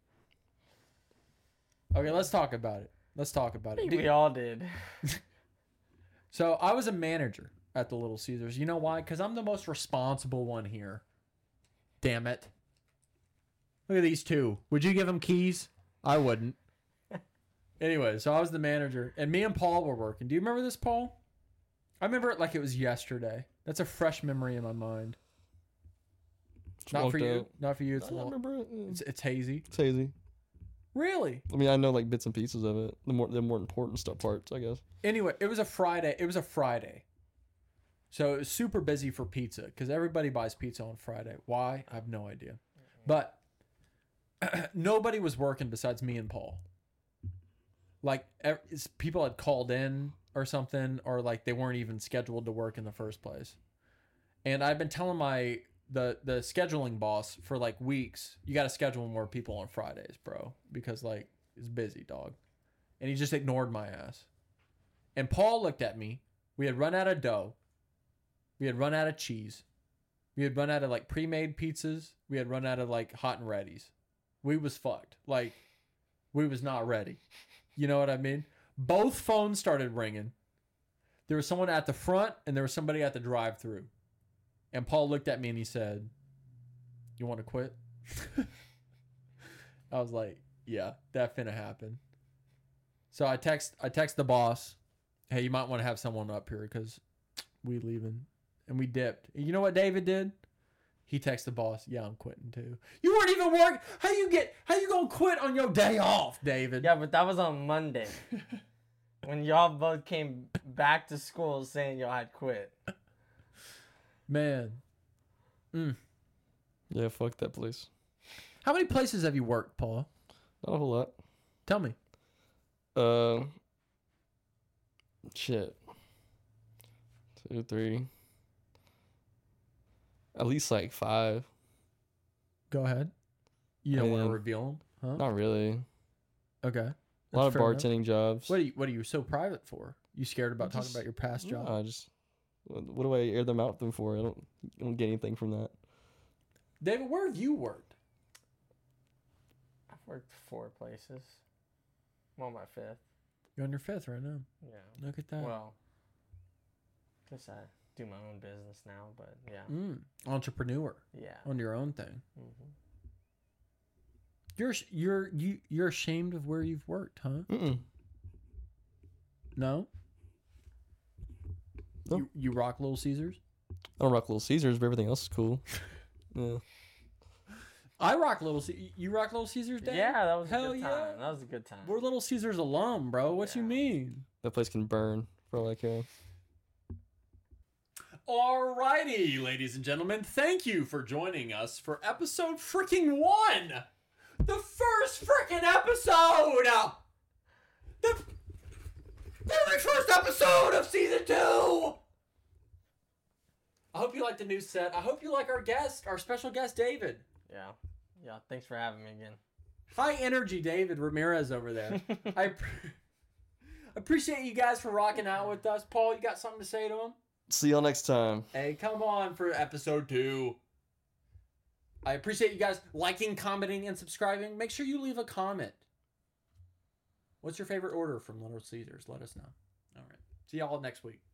Okay, let's talk about it. Let's talk
I
about it.
think
Dude,
we all did.
So I was a manager at the Little Caesars. You know why? Because I'm the most responsible one here. Damn it. Look at these two. Would you give them keys? I wouldn't. anyway, so I was the manager, and me and Paul were working. Do you remember this, Paul? I remember it like it was yesterday. That's a fresh memory in my mind. Not for
Smoked
you.
out.
Not for you. It's,
I
a
don't
little,
remember it. Mm.
it's, it's hazy.
It's hazy.
Really?
I mean, I know like bits and pieces of it. The more the more important stuff parts, I guess.
anyway, it was a Friday. It was a Friday. So it was super busy for pizza because everybody buys pizza on Friday. Why? I have no idea. But nobody was working besides me and Paul. Like ev- it's- people had called in or something, or like they weren't even scheduled to work in the first place. And I've been telling my the the scheduling boss for like weeks, you got to schedule more people on Fridays, bro, because like it's busy, dog. And he just ignored my ass. And Paul looked at me. We had run out of dough. We had run out of cheese. We had run out of like pre-made pizzas. We had run out of like hot and ready's. We was fucked. Like we was not ready. You know what I mean? Both phones started ringing. There was someone at the front and there was somebody at the drive-through. And Paul looked at me and he said, "You want to quit?" I was like, "Yeah, that finna happen." So I text I text the boss hey, you might want to have someone up here because we leaving. And we dipped. And you know what David did? He texted the boss, yeah, I'm quitting too. You weren't even working. How you get, how you going to quit on your day off, David?
Yeah, but that was on Monday when y'all both came back to school saying y'all had quit.
Man.
Yeah, fuck that place.
How many places have you worked, Paul?
Not a whole lot.
Tell me.
Uh, shit. Two, three. At least like five.
Go ahead. You don't want to
Man.
reveal them, huh?
Not really.
Okay.
A lot
That's
of
fair enough.
bartending jobs.
What are you, what are you so private for? You scared about talking
Just-
about your past job?
No, I just. What what do I air them out them for? I don't. I don't get anything from that.
David, where have you worked?
I've worked four places. I'm on my fifth.
You're on your fifth right now.
Yeah.
Look at that.
Well, guess I do my own business now, but yeah,
Mm, entrepreneur
Mm.
yeah.
on your own thing.
Mm-hmm.
hmm
You're you're you you're ashamed of where you've worked, huh?
Mm-mm.
No.
No.
You, you rock Little Caesars.
I don't rock Little Caesars, but everything else is cool. yeah.
I rock Little Caesars. You rock Little Caesars, Dad.
Yeah, that was a
Hell
good
yeah.
time. That was a good time.
We're Little Caesars alum, bro. What you
Yeah.
mean?
That place can burn for all I care.
Alrighty, ladies and gentlemen, thank you for joining us for episode freaking one, the first freaking episode. The, the very first episode of season two. I hope you like the new set. I hope you like our guest, our special guest, David.
yeah, yeah. Thanks for having me again.
High energy David Ramirez over there. I pre- appreciate you guys for rocking out with us. Paul, you got something to say to him?
See y'all next time.
Hey, come on for episode two. I appreciate you guys liking, commenting, and subscribing. Make sure you leave a comment. What's your favorite order from Little Caesars? Let us know. All right. See y'all next week.